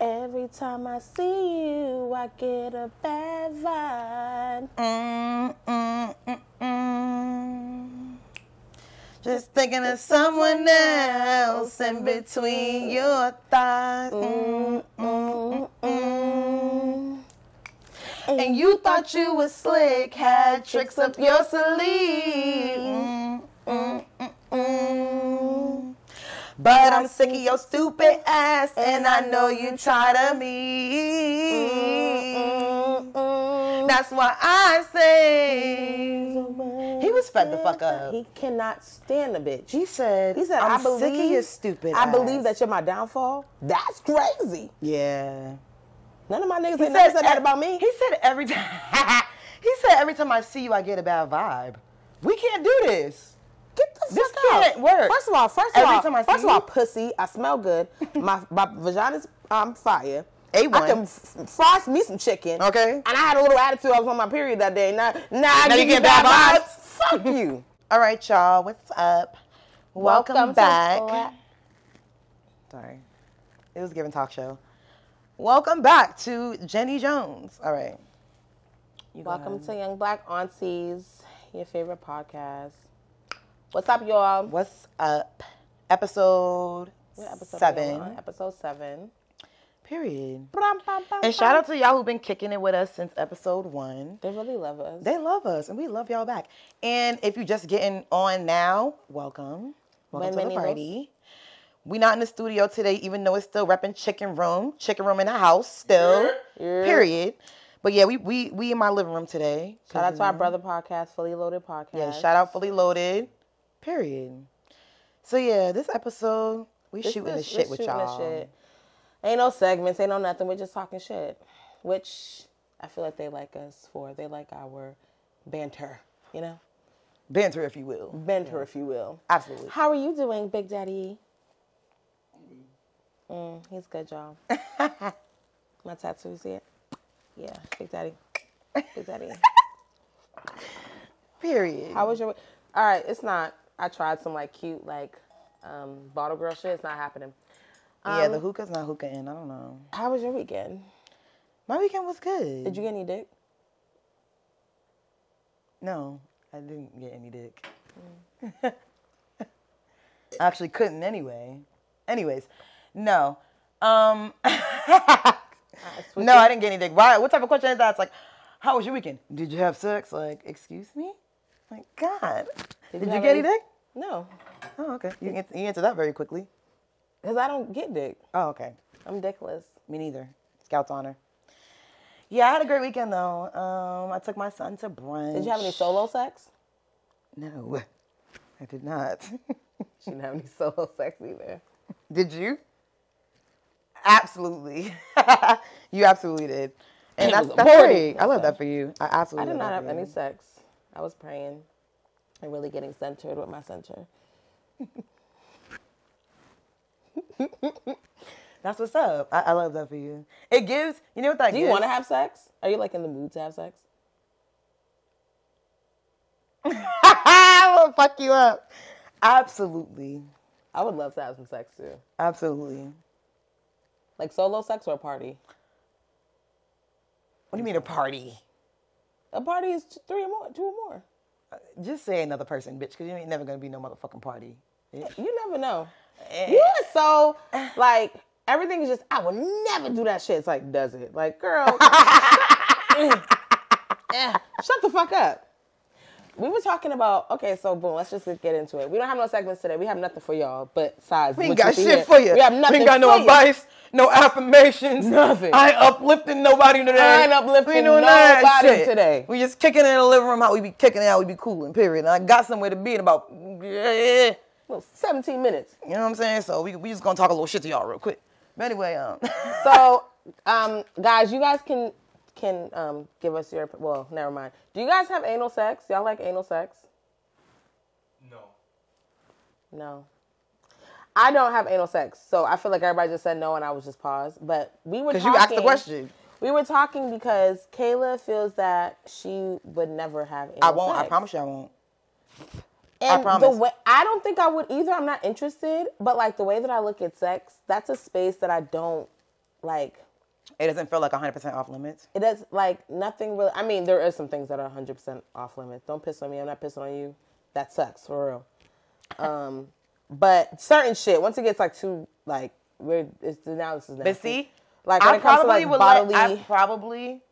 Every time I see you, I get a bad vibe. Mm, mm, mm, mm. Just thinking of someone else in between your thighs. Mm, mm, mm. And you thought you was slick, had tricks up your sleeve. Mm, mm, mm, mm. But I'm sick of your stupid ass, and I know you tired of Mm, me. That's why I say he was fed the fuck up. He cannot stand a bitch. He said, He said, I'm I believe, sick of your stupid I ass." believe that you're my downfall. That's crazy. Yeah. None of my niggas ain't never said that about me. He said every time. he said every time I see you, I get a bad vibe. We can't do this. Get the This fuck out. can't work. First of all, first Every of all, time I see first of all, you- pussy. I smell good. My my vagina's um fire. A1. I can f- f- frost me some chicken. Okay. And I had a little attitude. I was on my period that day. Now, now, I Now give you you get bad bad vibes. Fuck you. All right, y'all. What's up? Welcome, Welcome to back. Black- Sorry, it was a given talk show. Welcome back to Jenny Jones. All right. You go Welcome ahead. to Young Black Aunties, your favorite podcast. What's up, y'all? What's up? Episode, What episode are we on? seven. Episode seven. Period. And And shout out to y'all who've been kicking it with us since episode one. They really love us. They love us, and we love y'all back. And if you're just getting on now, welcome. Welcome to the Bienvenidos. party. we not in the studio today, even though it's still repping Chicken Room. Chicken Room in the house still. Yeah. Period. But yeah, we we we in my living room today. shout out to our brother podcast, Fully Loaded Podcast. Yeah, shout out fully loaded. Period. So yeah, this episode we This- shooting this- the shit this with shooting the y'all. shit. Ain't no segments, ain't no nothing. We're just talking shit, which I feel like they like us for. They like our banter, you know, Banter, if you will. banter, if you will. Absolutely. How are you doing, Big Daddy? Mm, he's good, y'all. My tattoo, you see it? Yeah, Big Daddy. Big Daddy. Period. How was your? All right, it's not. I tried some like cute like um, bottle girl shit. It's not happening. Um, yeah, the hookah's not hookah in. I don't know. How was your weekend? My weekend was good. Did you get any dick? No, I didn't get any dick. I actually couldn't anyway. Anyways, no. Um, no, I didn't get any dick. Why? What type of question is that? It's like, how was your weekend? Did you have sex? Like, excuse me? Like, God. Did, you, have get any any- dick? No, Oh, okay. You, an- you answered that very quickly. because I don't get dick. Oh, okay. I'm dickless. Me neither. Scout's honor. Yeah, I had a great weekend though. Um, I took my son to brunch. Did you have any solo sex? No, I did not. She didn't have any solo sex either. Did you? Absolutely. you absolutely did. And It that's, was that's aborted. great. I love that for you. I I absolutely did love not that have for you. any sex. I was praying and really getting centered with my center. That's what's up. I, I love that for you. It gives, you know what that Do gives? you want to have sex? Are you like in the mood to have sex? I will fuck you up. Absolutely. I would love to have some sex too. Absolutely. Like solo sex or a party? What do you mean a party? A party is t- three or more, two or more. Just say another person, bitch, because you ain't never going to be no motherfucking party. bitch. You never know. Eh. You are so like everything is just. I would never do that shit. It's like, does it? Like, girl, eh, shut the fuck up. We were talking about okay, so boom, let's just get into it. We don't have no segments today. We have nothing for y'all, but size. We ain't got shit for you. We have We nothing. ain't got no for you. advice, no affirmations. Nothing. I ain't uplifting nobody today. I ain't uplifting We ain't doing none of that nobody shit. today. We just kicking it in the living room. How we be kicking it out, we be cooling, period. And I got somewhere to be in about, yeah. Well, Seventeen minutes. You know what I'm saying? So we, we just gonna talk a little shit to y'all real quick. But anyway, um, So, um, guys, you guys can can um give us your well. Never mind. Do you guys have anal sex? Y'all like anal sex? No. No. I don't have anal sex, so I feel like everybody just said no, and I was just paused. But we were 'Cause because you asked the question. We were talking because Kayla feels that she would never have anal I won't. Sex. I promise you, I won't. And promise. The way, I don't think I would either. I'm not interested. But like the way that I look at sex, that's a space that I don't like It doesn't feel like 100% off limits. it does like nothing really i mean there are some things that are 100% off limits don't piss on me i'm not pissing on you that sucks for real um but certain shit once it gets like too like we're it's now this is nasty. But see, like when I it comes to probably like would bodily let, I probably,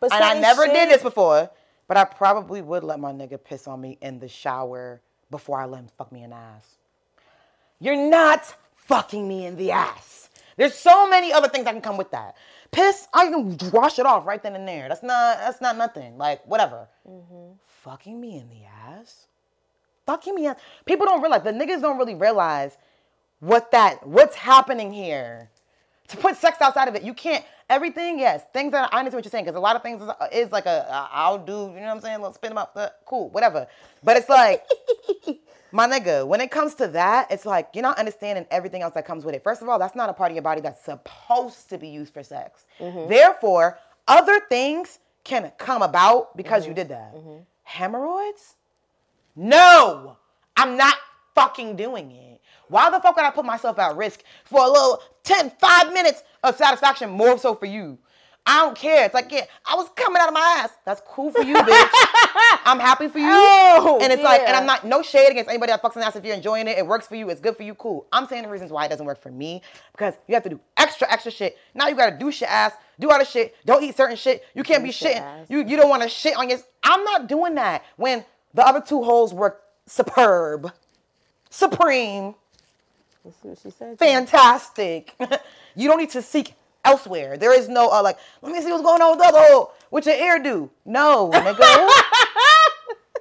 but and I certain never shit- did this before, but I probably would let my nigga piss on me in the shower before I let him fuck me in the ass. You're not fucking me in the ass. There's so many other things that can come with that. Piss, I can wash it off right then and there. That's not that's not nothing. Like whatever. Mm-hmm. Fucking me in the ass. Fucking me in the ass. People don't realize the niggas don't really realize what that what's happening here. To put sex outside of it, you can't. Everything, yes, things that I understand what you're saying because a lot of things is, is like a a I'll do. You know what I'm saying? Let's spin them up. uh, Cool, whatever. But it's like my nigga, when it comes to that, it's like you're not understanding everything else that comes with it. First of all, that's not a part of your body that's supposed to be used for sex. Therefore, other things can come about because you did that. Hemorrhoids? No, I'm not fucking doing it. Why the fuck would I put myself at risk for a little 10, 5 minutes of satisfaction more so for you? I don't care. It's like, yeah, I was coming out of my ass. That's cool for you, bitch. I'm happy for you. Oh, and it's like, and dear. I'm not no shade against anybody that fucks in the ass. If you're enjoying it, it works for you, it's good for you, cool. I'm saying the reasons why it doesn't work for me because you have to do extra, extra shit. Now you gotta douche your ass, do all the shit, don't eat certain shit. You can't Douche be your shitting. ass. You you don't wanna shit on your I'm not doing that when the other two holes were superb, supreme, Let's see what she said fantastic. you don't need to seek elsewhere. There is no uh, like, let me see what's going on with the other hole. What your ear do? No, nigga.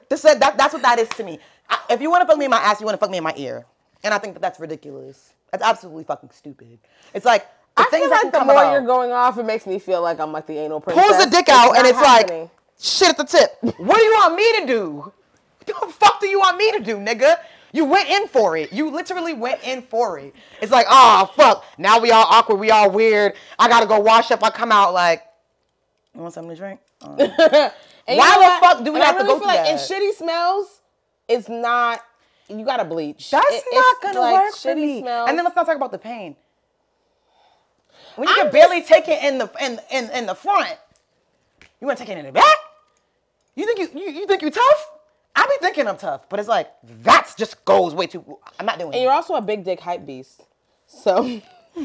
Just said that, that's what that is to me. I, if you want to fuck me in my ass, you want to fuck me in my ear, and I think that that's ridiculous. That's absolutely fucking stupid. It's like the I feel things that like can the come more about- you're going off, it makes me feel like I'm like the anal princess. pulls the dick out and not it's happening. like shit at the tip. What do you want me to do? What the fuck do you want me to do, nigga? You went in for it. You literally went in for it. It's like, oh fuck. Now we all awkward. We all weird. I gotta go wash up. I come out like, you want something to drink? Uh, And Why you know the what? fuck do we And I have to really feel go through like, that? And shitty smells is not. You gotta bleach. that's It- not it's gonna like work for shitty me. Smells. And then let's not talk about the pain. When you I'm can barely take it in the in, in in the front, you want to take it in the back? You think you, you you think you tough? I be thinking I'm tough, but it's like that's just goes way too. I'm not doing And it. you're also a big dick hype beast. So,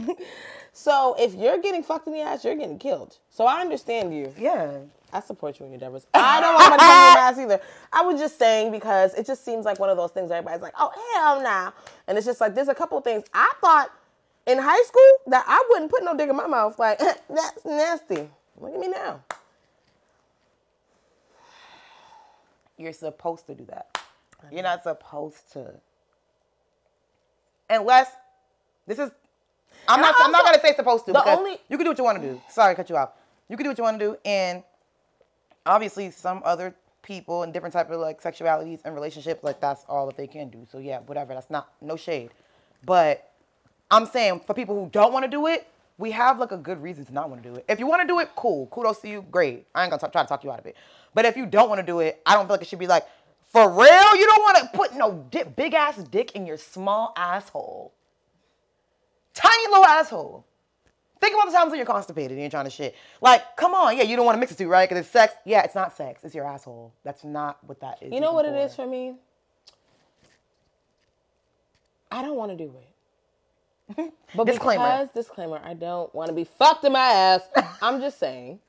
so if you're getting fucked in the ass, you're getting killed. So I understand you. Yeah, I support you in your endeavors. I don't want to come in your ass either. I was just saying because it just seems like one of those things everybody's like, oh hell nah. And it's just like there's a couple of things I thought in high school that I wouldn't put no dick in my mouth. Like that's nasty. Look at me now. you're supposed to do that. Mm-hmm. You're not supposed to, unless this is. I'm And not. I I'm not also- gonna say supposed to. the because only- you can do what you want to do. Sorry, cut you off. You can do what you want to do, and obviously some other people and different type of like sexualities and relationships like that's all that they can do so yeah whatever that's not no shade but i'm saying for people who don't want to do it we have like a good reason to not want to do it if you want to do it cool kudos to you great i ain't gonna t- try to talk you out of it but if you don't want to do it i don't feel like it should be like for real you don't want to put no di- big ass dick in your small asshole tiny little asshole Think about the times when you're constipated and you're trying to shit. Like, come on, yeah, you don't want to mix the two, right? Because it's sex. Yeah, it's not sex. It's your asshole. That's not what that is. You know even what it is for? for me? I don't want to do it. But Disclaimer. because disclaimer, I don't want to be fucked in my ass. I'm just saying.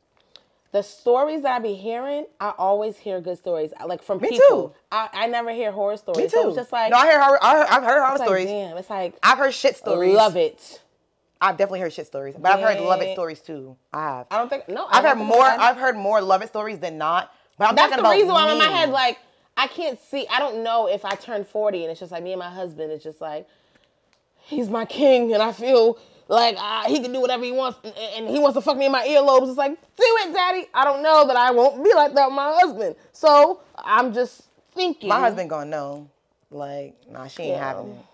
The stories that I be hearing, I always hear good stories. I- Like from Me people. too. I, I never hear horror stories. Me too. So it's just like no, I hear horror, I heard, I've heard horror it's like, stories. damn, it's like I've heard shit stories. love it. I've definitely heard shit stories, but I've heard love it Yeah. stories too. I have. I don't think no, I I've don't heard think more. I've- I've heard more love it stories than not. But I'm That's talking the about reason why I'm in my me. head like I can't see. I don't know if I turn 40 and it's just like me and my husband. It's just like he's my king and I feel like uh, he can do whatever he wants and, and he wants to fuck me in my earlobes. It's like do it, daddy. I don't know that I won't be like that with my husband. So I'm just thinking. My husband gonna know. Like, nah, she ain't mm-hmm. Yeah. having it.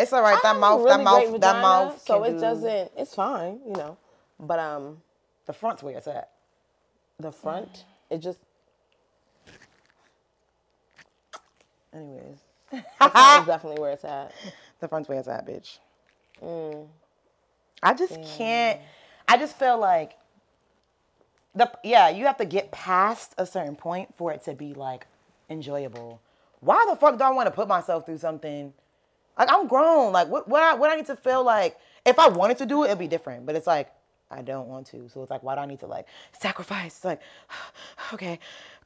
It's all right. I have That a mouth. really that mouth. great that vagina, mouth. So can it do- doesn't. It's fine, you know. But um, The front's where it's at. the front, it just Anyways, the front is definitely where it's at. Mm. the front's where it's at, bitch. I just can't. I just feel like the yeah, you have to get past a certain point for it to be like enjoyable. Why the fuck do I want to put myself through something? Like I'm grown. Like what what I what I need to feel like if I wanted to do it, it'd be different. But it's like I don't want to. So it's like why do I need to like sacrifice? It's like okay,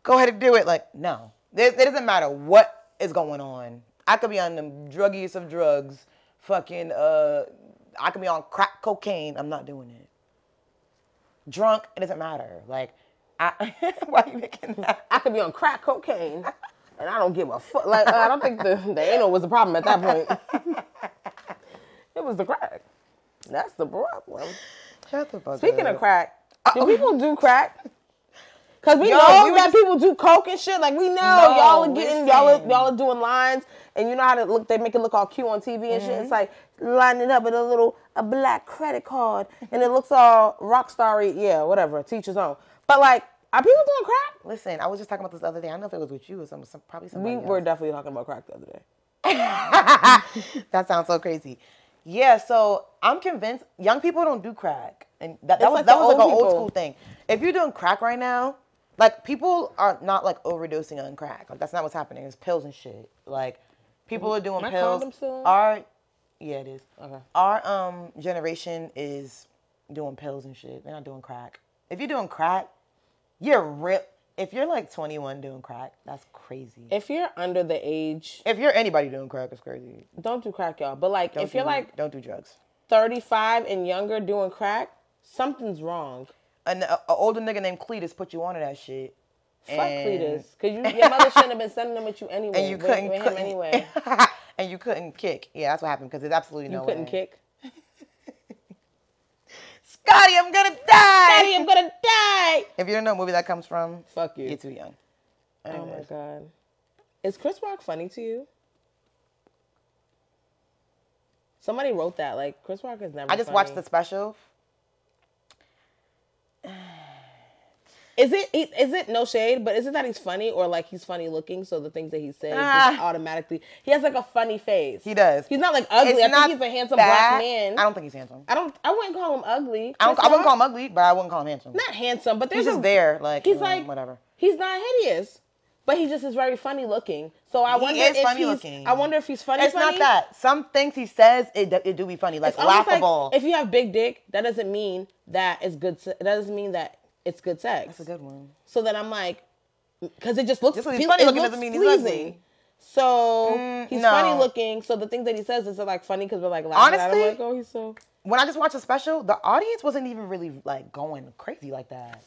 go ahead and do it. Like no, it, it doesn't matter what is going on. I could be on the druggiest of drugs, fucking uh, I could be on crack cocaine. I'm not doing it drunk, it doesn't matter. Like, I, why you making that? I could be on crack cocaine, and I don't give a fuck. Like I don't think the, the anal was the problem at that point. it was the crack. That's the problem. Shut the fuck Speaking up. of crack, do people do crack? Cause we Yo, know we we were got people do coke and shit. Like we know No, y'all are getting y'all are, listen. y'all are doing lines, and you know how to look. They make it look all cute on TV and shit. Mm-hmm. It's like lining up with a little a black credit card, and it looks all rock starry. Yeah, whatever. Teachers on. But like, are people doing crack? Listen, I was just talking about this the other day. I don't know if it was with you or some, some probably somebody We else. were definitely talking about crack the other day. that sounds so crazy. Yeah, so I'm convinced young people don't do crack, and that, It's that was like that the was like old an old people. school thing. If you're doing crack right now, like people are not like overdosing on crack. Like that's not what's happening. It's pills and shit. Like people are doing My pills. condom still on? Our yeah, it is. Okay. Our um generation is doing pills and shit. They're not doing crack. If you're doing crack, you're rip. If you're like 21 doing crack, that's crazy. If you're under the age, If you're anybody doing crack, it's crazy. don't do crack, y'all. But like, Don't if you're do- like don't do drugs. 35 and younger doing crack, something's wrong. an a, a older nigga named Cletus put you onto that shit. Fuck Cletus, because you, your mother shouldn't have been sending them with you anyway. And you with- couldn't, with him couldn't anyway. and you couldn't kick. Yeah, that's what happened because there's absolutely You no couldn't way. kick. Scotty, I'm gonna die. Daddy, I'm gonna die. If you don't know what movie that comes from, Fuck you. you're too young. Oh my Anyways. god. Is Chris Rock funny to you? Somebody wrote that. Like Chris Rock is never. I just funny. watched the special. Is it he- is it no shade, but is it that he's funny or like he's funny looking? So the things that he says just Ah. automatically, he has like a funny face. He does. He's not like ugly. I not think he's a handsome that- black man. I don't think he's handsome. I don't. I wouldn't call him ugly. I, don't, Chris I wouldn't Rock- call him ugly, but I wouldn't call him handsome. not handsome, but there's he's just a- there, like He's mm, like whatever. He's not hideous, but he just is very funny looking. So I He wonder is if funny he's. looking. I wonder if he's funny. It's funny. not that. Some things he says, it, do- it do be funny, like It's almost laughable. Like if you have big dick, that doesn't mean that it's good. Se- that doesn't mean that it's good sex. That's a good one. So then I'm like, because it just looks. Just 'cause he's pe- funny it looking looks doesn't mean he's pleasing. ugly. So Mm, he's no. funny looking. So the things that he says is like funny because we're like laughing at him. Honestly- Like, oh, he's so. when I just watched the special, the audience wasn't even really like going crazy like that.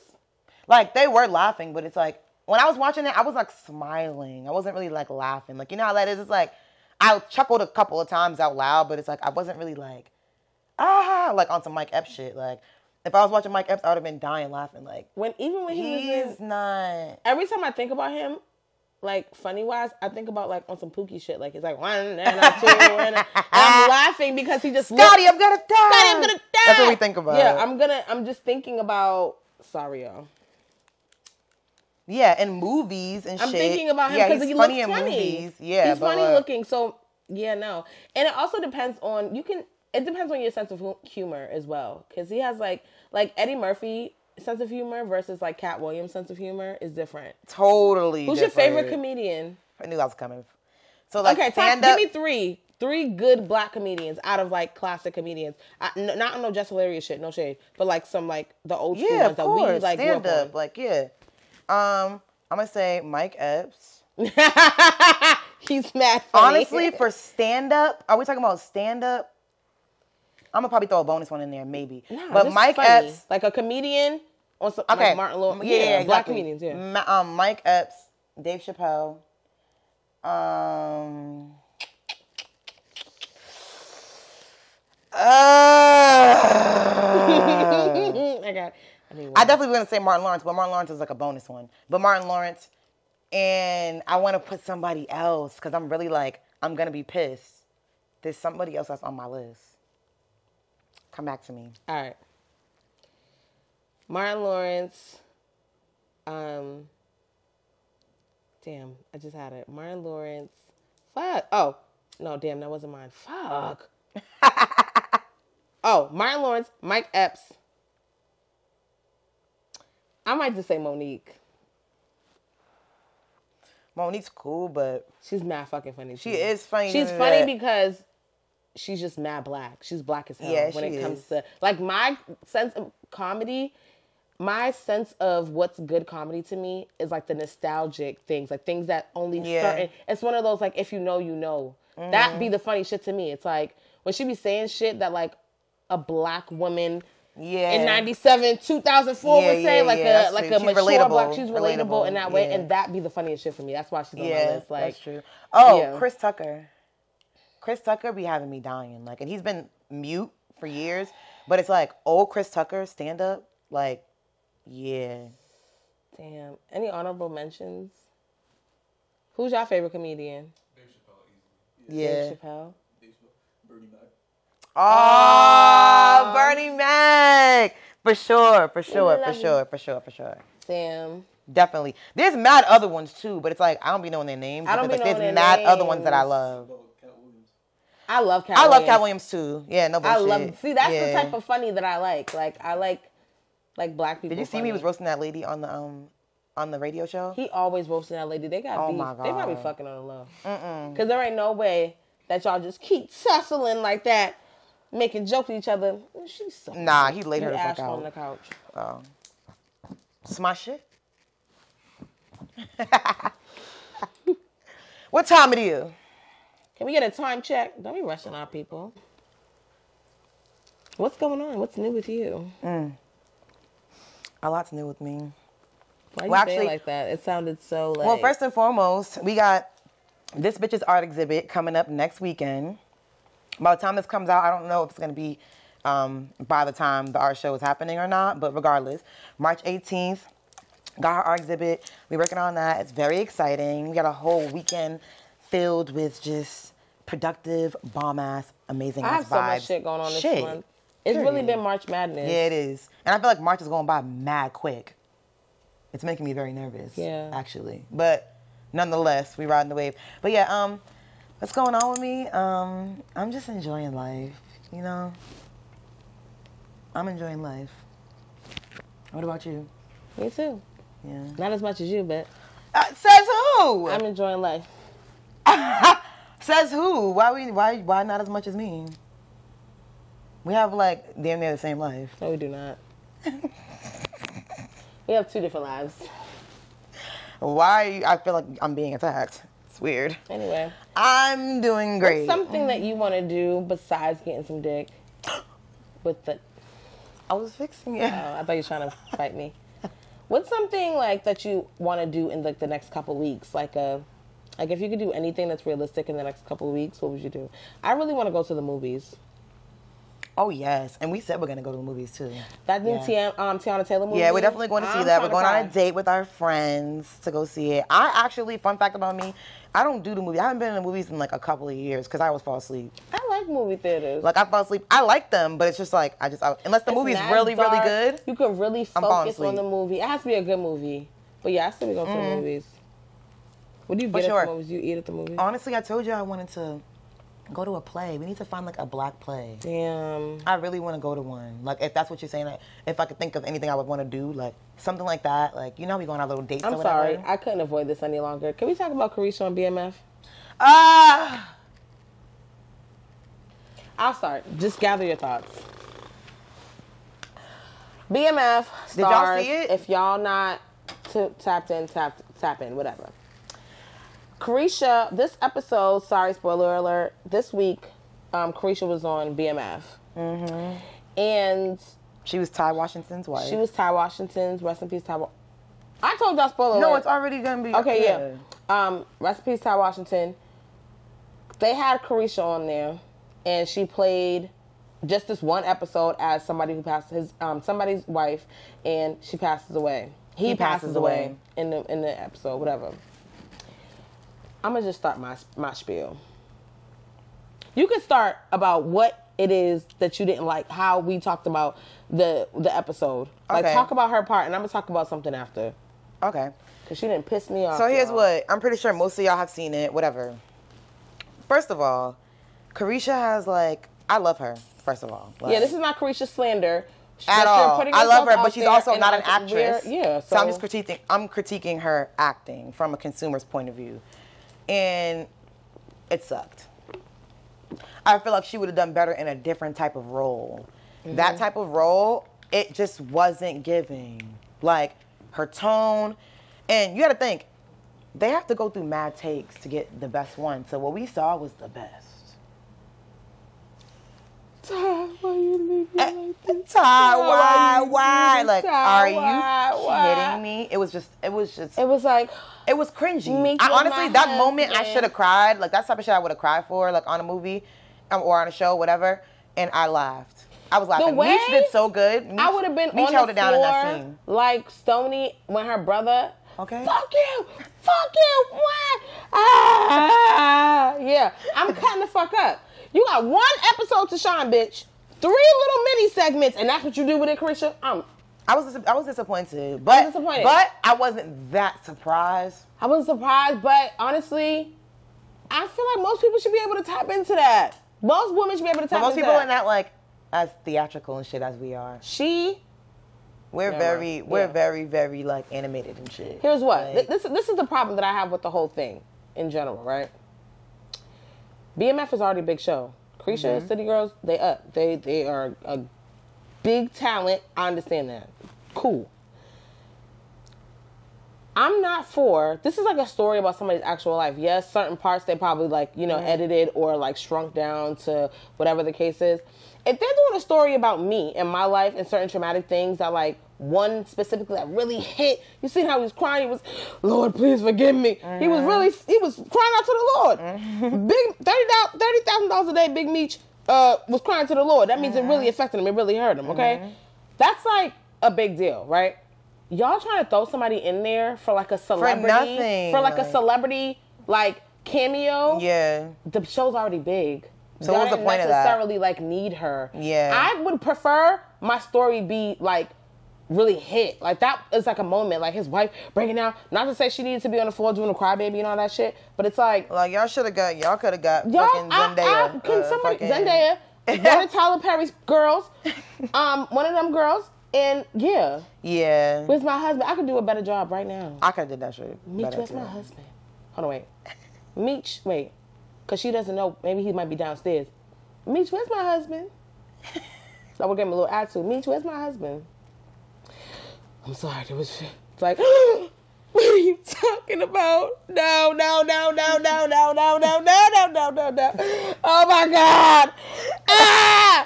Like they were laughing, but it's like when I was watching it, I was like smiling. I wasn't really like laughing. Like you know how that is. It's like I chuckled a couple of times out loud, but it's like I wasn't really like ah like on some Mike Epps shit. Like if I was watching Mike Epps, I would have been dying laughing. Like When even when he was in he's not. every time I think about him, like funny wise, I think about like on some Pookie shit. Like it's like one and a two, and, a, and I'm laughing because he just looks- Scotty, I'm gonna die. Scotty, I'm gonna die. That's what we think about. Yeah, I'm gonna. I'm just thinking about. Sorry, y'all. yeah, in movies and I'm shit. thinking about him Yeah, because he's he funny looks in funny. movies. Yeah, he's but, funny like, looking. So yeah, no, and it also depends on you can. It depends on your sense of hu- humor as well, because he has like like Eddie Murphy sense of humor versus like Cat Williams sense of humor is different. Totally. Who's your different. favorite comedian? I knew that was coming. So like okay, top, stand give up. me three, three good black comedians out of like classic comedians. I, n- not no just hilarious shit, no shade, but like some like the old school yeah, ones of that course. we like grew stand up. up. on. Like yeah. Um, I'm gonna say Mike Epps. He's mad. Funny. Honestly, for stand up, are we talking about stand up? I'm gonna probably throw a bonus one in there, maybe. Nah, but just Mike funny. Epps. like a comedian on some Okay. like Martin Lawrence, Yeah, yeah, black exactly. comedians, yeah. Ma- um, Mike Epps, Dave Chappelle. Um. uh, Mm-hmm. I got. I mean, I definitely was gonna say Martin Lawrence, but Martin Lawrence is like a bonus one. But Martin Lawrence, and I want to put somebody else because I'm really like I'm gonna be pissed. There's somebody else that's on my list. Come back to me. all right. Martin Lawrence. Um. Damn, I just had it. Martin Lawrence. Fuck. Oh no, damn, that wasn't mine. Fuck. Oh, Martin Lawrence, Mike Epps. I might just say Monique. Monique's cool, but She's mad fucking funny. she too. is funny. Mm. She's than funny that. because she's just mad black. She's black as hell Yeah, when she it comes is. to like my sense of comedy. My sense of what's good comedy to me is like the nostalgic things, like things that only Yeah. Mm-hmm. certain. It's one of those like if you know, you know. That be the funny shit to me. It's like when she be saying shit that like a black woman yeah. in 97 2004 Yeah, would say yeah, like yeah, a that's like true. a She's mature relatable, black she's relatable, relatable, in that way yeah. and that be the funniest shit for me that's why she's on Yeah, my list like that's true. Oh, yeah. Chris Tucker. Chris Tucker be having me dying. Like, and he's been mute for years, but it's like old Chris Tucker stand up. Like, yeah, damn any honorable mentions who's your favorite comedian Dave Chappelle easily. yeah. Dave Chappelle Dave Chappelle. Bernie Mac. Um, Oh, Bernie Mac for sure, for sure, for love you. sure, for sure, for sure. Sam Definitely. There's mad other ones too, but it's like I don't be knowing their names. I don't because, be like, knowing There's their mad other ones that I names. love. Oh, Cat Williams. I love Cat I love Cat Williams. Williams too. Yeah, no I bullshit. love see that's Yeah. the type of funny that I like like I like like black people Did you see me funny. was roasting that lady on the um on the radio show? He always roasting that lady. They got Oh beef. my They probably God. fucking on the low. Because there ain't no way that y'all just keep tussling like that, making jokes at each other. She's so Nah, he laid her the ass fuck on the out. couch. Oh. It's my shit. what time it is? Can we get a time check? Don't be rushing our people. What's going on? What's new with you? A lot's new with me. Why you Well, say it actually- like that? It sounded so like. Well, first and foremost, we got this bitch's art exhibit coming up next weekend. By the time this comes out, I don't know if it's gonna be um, by the time the art show is happening or not, but regardless, March 18th, got her art exhibit. We're working on that. It's very exciting. We got a whole weekend filled with just productive, bomb ass, amazing I have ass so much vibes. shit going on this Shit. month. It's really Period. been March Madness. Yeah, it is. And I feel like March is going by mad quick. It's making me very nervous. Yeah. Actually. But nonetheless, we riding the wave. But yeah, um, what's going on with me? Um, I'm just enjoying life, you know? I'm enjoying life. What about you? Me too. Yeah. Not as much as you, but Uh, says who? I'm enjoying life. says who? Why we why why not as much as me? We have like damn near the same life. No, we do not. we have two different lives. Why I feel like I'm being attacked. It's weird. Anyway, I'm doing great. something that you want to do besides getting some dick with the. I was fixing it. Oh, I thought you were trying to fight me. What's something like that you want to do in like the next couple weeks? Like a, like if you could do anything that's realistic in the next couple weeks, what would you do? I really want to go to the movies. Oh yes, and we said we're gonna go to the movies too. That new Yeah. Tiana, um, Tiana Taylor movie. Yeah, we're definitely going to see I'm that. trying We're to going on cry. a date with our friends to go see it. I actually, fun fact about me, I don't do the movie. I haven't been in the movies in like a couple of years because I always fall asleep. I like movie theaters. Like I fall asleep. I like them, but it's just like I just I, unless the It's movie's mad really really dark. good. You can really I'm falling focus on asleep. Mm. the movie. It has to be a good movie. But yeah, I still be going to the movies. What do you For get at sure. the movies? You eat at the movies? Honestly, I told you I wanted to go to a play. We need to find like a black play. Damn. I really want to go to one. Like if that's what you're saying, like, if I could think of anything I would want to do, like something like that. Like you know, how we go on our little dates. or I'm whatever. sorry. I couldn't avoid this any longer. Can we talk about Carisha and BMF? Ah. I'll start. Just gather your thoughts. BMF stars. y'all see it? If y'all not t- tapped in, tapped tap in, whatever. Carisha, this episode, sorry, spoiler alert. This week, um, Carisha was on BMF, Mm-hmm. and She was Ty Washington's wife. she was Ty Washington's. Rest in peace, Ty. Wa- I told y'all spoiler alert. No, it's already gonna be Okay, yeah. Um, rest in peace, Ty Washington. They had Carisha on there, and she played just this one episode as somebody who passed his um, somebody's wife, and she passes away. He, passes, passes away. away. in the in the episode, whatever. I'm gonna just start my my spiel. You can start about what it is that you didn't like, how we talked about the the episode. Like Okay. talk about her part, and I'm gonna talk about something after, Okay. cause she didn't piss me off. So here's y'all. what I'm pretty sure most of y'all have seen it. Whatever. First of all, Carisha has like I love her. First of all, Yeah, this is not Carisha slander. She- at but you're all. putting I love yourself her, out but she's there also and not an I- we're- actress. Yeah, so, so. I'm just critiquing. I'm critiquing her acting from a consumer's point of view, and it sucked. I feel like she would have done better in a different type of role. Mm-hmm. That type of role, it just wasn't giving. Like her tone, and you got to think, they have to go through mad takes to get the best one. So what we saw was the best. Ty, why you leave me like this? Ty, why you why, Eh, why? do Like, that? are you Why, why? kidding me? It was just, it was just, It was like, it was cringy. Meek I was honestly, my that moment, I husband. should have cried. Like that type of shit, I would have cried for, like on a movie, um, or on a show, whatever. And I laughed. I was laughing. way- Meech did so good. Meech, I would have been Meech on held the it down in that floor scene. like Stony when her brother. Okay. Fuck you! Fuck you! What? Ah! Yeah, I'm cutting the fuck up. You got one episode to shine, bitch. Three little mini segments, and that's what you do with it, Carisha. I'm. I was, dis- I was disappointed, but disappointed. but I wasn't that surprised. I wasn't surprised, but honestly, I feel like most people should be able to tap into that. Most women should be able to tap But most into people that. are not like as theatrical and shit as we are. She We're Never. very, we're Yeah. very, very like animated and shit. Here's what Like- Th- this this is the problem that I have with the whole thing in general, right? BMF is already a big show. Creisha, Mm-hmm. City Girls, they up. They they are a big talent. I understand that. Cool. I'm not for this is like a story about somebody's actual life. Yes, certain parts they probably like, you Mm-hmm. know, edited or like shrunk down to whatever the case is. If they're doing a story about me and my life and certain traumatic things that like one specifically that really hit, you seen how he was crying, he was, Lord, please forgive me. He was really he was crying out to the Lord. Big thirty dollars thirty thousand dollars a day, Big Meech uh, was crying to the Lord. That means it really affected him, it really hurt him, okay? That's like a big deal, right? Y'all trying to throw somebody in there for like a celebrity nothing, for like, like- a celebrity like cameo. Yeah. The show's already big. So Y'all what was the didn't point of that? necessarily like need her. Yeah. I would prefer my story be like really hit. Like that is like a moment. Like his wife breaking down. Not to say she needed to be on the floor doing a crybaby and all that shit, but it's like Like y'all should have got y'all could have got Y'all, fucking I- Zendaya. I- can uh, somebody fucking- Zendaya, one of Tyler Perry's girls, um, one of them girls, and yeah, Yeah. with my husband, I could do a better job right now. I could have did that shit. Meech better, was too. my husband. Hold on, wait. Meech, wait, cause she doesn't know. Maybe he might be downstairs. Meech, where's my husband? So I would give him a little attitude. Meech, where's my husband? I'm sorry, there was. It's like, what are you talking about? No, no, no, no, no, no, no, no, no, no, no, no, no. Oh my God. Ah!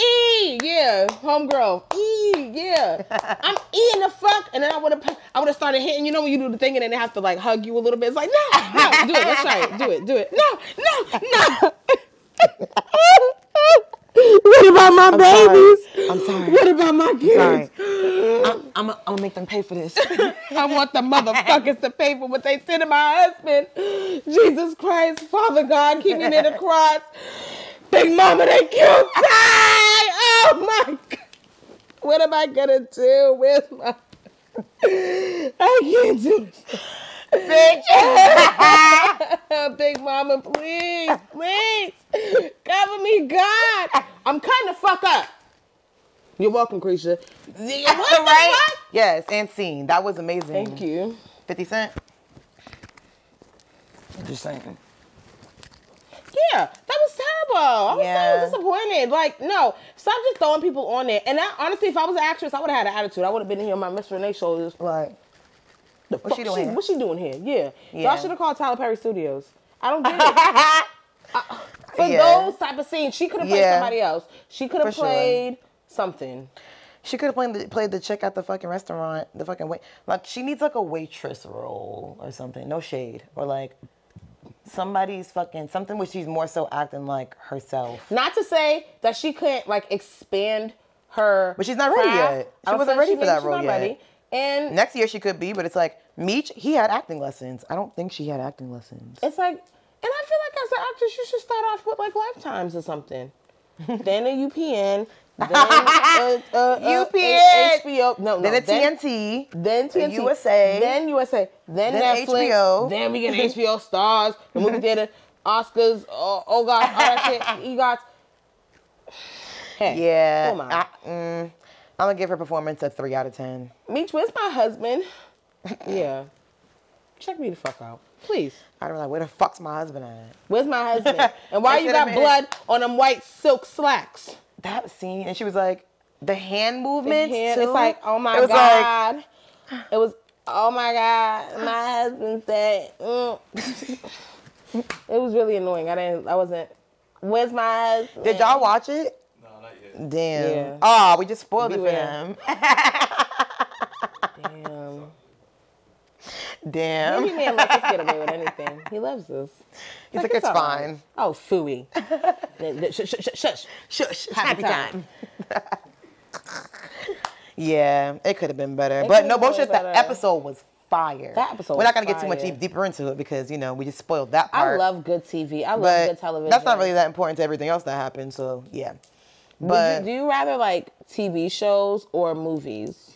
E, yeah, homegirl. E, yeah. I'm E in the fuck, and then I would have, I would have started hitting. You know when you do the thing and then they have to like hug you a little bit. It's like, no, no, do it. Let's try it. Do it. Do it. No, no, no. what about my babies? I'm sorry. What about my kids? Sorry. I'm, I'm, gonna- I'm gonna make them pay for this. I want the motherfuckers to pay for what they did to my husband. Jesus Christ, Father God, keep me near the cross. Big Mama, they killed Ty. Oh my God. What am I gonna do with my? I can't do this. Bitch. Uh, Big Mama, please, please. Cover me, God. I'm cutting the fuck up. You're welcome, Creisha. What the right? fuck? Yes, and scene. That was amazing. Thank you. 50 Cent. Just saying. Yeah, that was terrible. I was Yeah. so disappointed. Like, no, stop just throwing people on there. And I, honestly, if I was an actress, I would have had an attitude. I would have been here on my Miss Renee shoulders. Like, The What she doing here? What she doing here? Yeah. Yeah. Y'all should have called Tyler Perry Studios. I don't get it. For Yeah. those type of scenes, she could have played Yeah. somebody else. She could have For sure. played something. she could have played the, played the chick at the fucking restaurant. The fucking wait. Like, she needs like a waitress role or something. No shade. Or like, somebody's fucking something where she's more so acting like herself. Not to say that she couldn't like expand her. But she's not ready craft. yet. She I don't feel wasn't like ready for maybe that she's role not yet. ready. And Next year she could be, but it's like Meech, he had acting lessons. I don't think she had acting lessons. It's like, and I feel like as an actress, you should start off with like lifetimes or something. then a UPN, then uh, uh, uh, UPN. HBO, no, no, Then a then, TNT. then TNT, USA. then USA, then, Then Netflix, HBO. then we get HBO stars, the movie theater, Oscars, oh, oh God, all that shit, EGOTs. Hey, Yeah. who am I? I, mm, I'm gonna give her performance a three out of ten. Meech, where's my husband? yeah. Check me the fuck out. Please. I'd be like, where the fuck's my husband at? Where's my husband? And why I you should've got made- blood on them white silk slacks? That scene, and she was like, the hand movements. hand- too? It's like, oh my It was like- god. it was, oh my god. My husband said, mm. it was really annoying. I didn't. I wasn't. Where's my husband? Did y'all watch it? Nah, not yet. Damn. Yeah. Oh, we just spoiled it for Beware. them. Damn. Damn. Maybe man lets us get away with anything. He loves us. He's like, it's all right." fine. Oh, fooey. Then- then- shush, shush, shush, shush. Shush. Happy time. time. yeah, it could have been better. could've but no been bullshit, better. that episode was fire. That episode We're not was going to get too much fire. deep, deeper into it because, you know, we just spoiled that I part. love good TV. I love but good television. That's not really that important to everything else that happened, so yeah. Would But you, do you rather like TV shows or movies?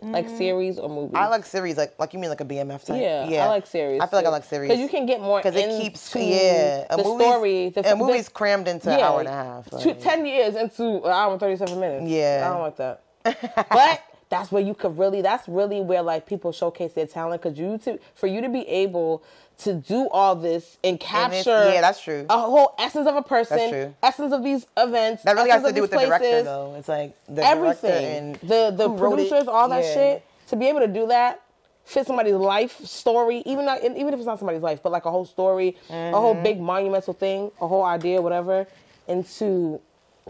Like series or movies? I like series, like like you mean like a BMF type. yeah, I like series. I feel like I like series because you can get more because it keeps yeah the movie's- story. The a movie's crammed into an yeah, hour and a half. two- like- ten years into an hour and thirty-seven minutes. Yeah. I don't like that. but that's where you could really. That's really where like people showcase their talent because you to for you to be able to do all this and And it's- capture. yeah, that's true. A whole essence of a person, true. essence of these events. That really has essence to of do with these the director, places, though. It's like the director Everything, and the the who wrote it. producers, all that Yeah. shit. To be able to do that, fit somebody's life story, even not, and even if it's not somebody's life, but like a whole story, a Mm-hmm. whole big monumental thing, a whole idea, whatever, into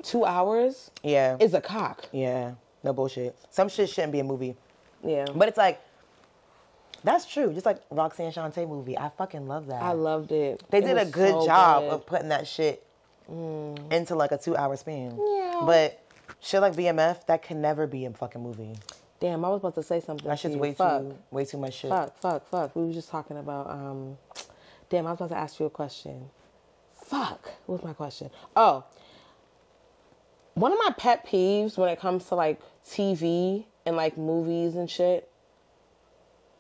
two hours Yeah, is a cock. yeah, no bullshit. Some shit shouldn't be a movie, Yeah, but it's like that's true. Just like Roxanne Shante movie, I fucking love that. I loved it. They It did a was good so job good. Mm. of putting that shit into like a two-hour span. Yeah. But shit like BMF, that can never be a fucking movie. Damn, I was about to say something. That to shit's you. way Fuck. too, way too much shit. Fuck, fuck, fuck. We were just talking about. Um, damn, I was about to ask you a question. Fuck. What was my question? Oh, one of my pet peeves when it comes to like TV and like movies and shit.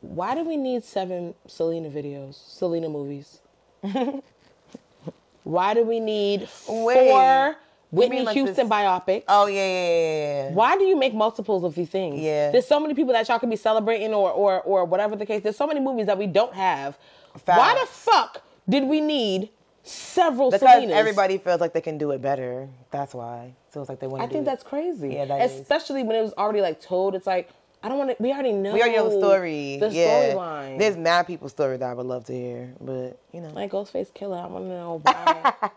Why do we need seven Selena videos, Selena movies? why do we need Wait, four Whitney mean like Houston this- biopics? Oh yeah, yeah, yeah, yeah. Why do you make multiples of these things? Yeah. There's so many people that y'all could be celebrating or or or whatever the case. There's so many movies that we don't have. Why the Facts. fuck did we need several Because Selenas? everybody feels like they can do it better. That's why. So it's like they want to. I think that's crazy. Yeah, that is. Especially when it was already like told. It's like I don't want to. We already know. We already know the story. The yeah. storyline. There's mad people's story that I would love to hear, but you know, like Ghostface Killer. I want to know why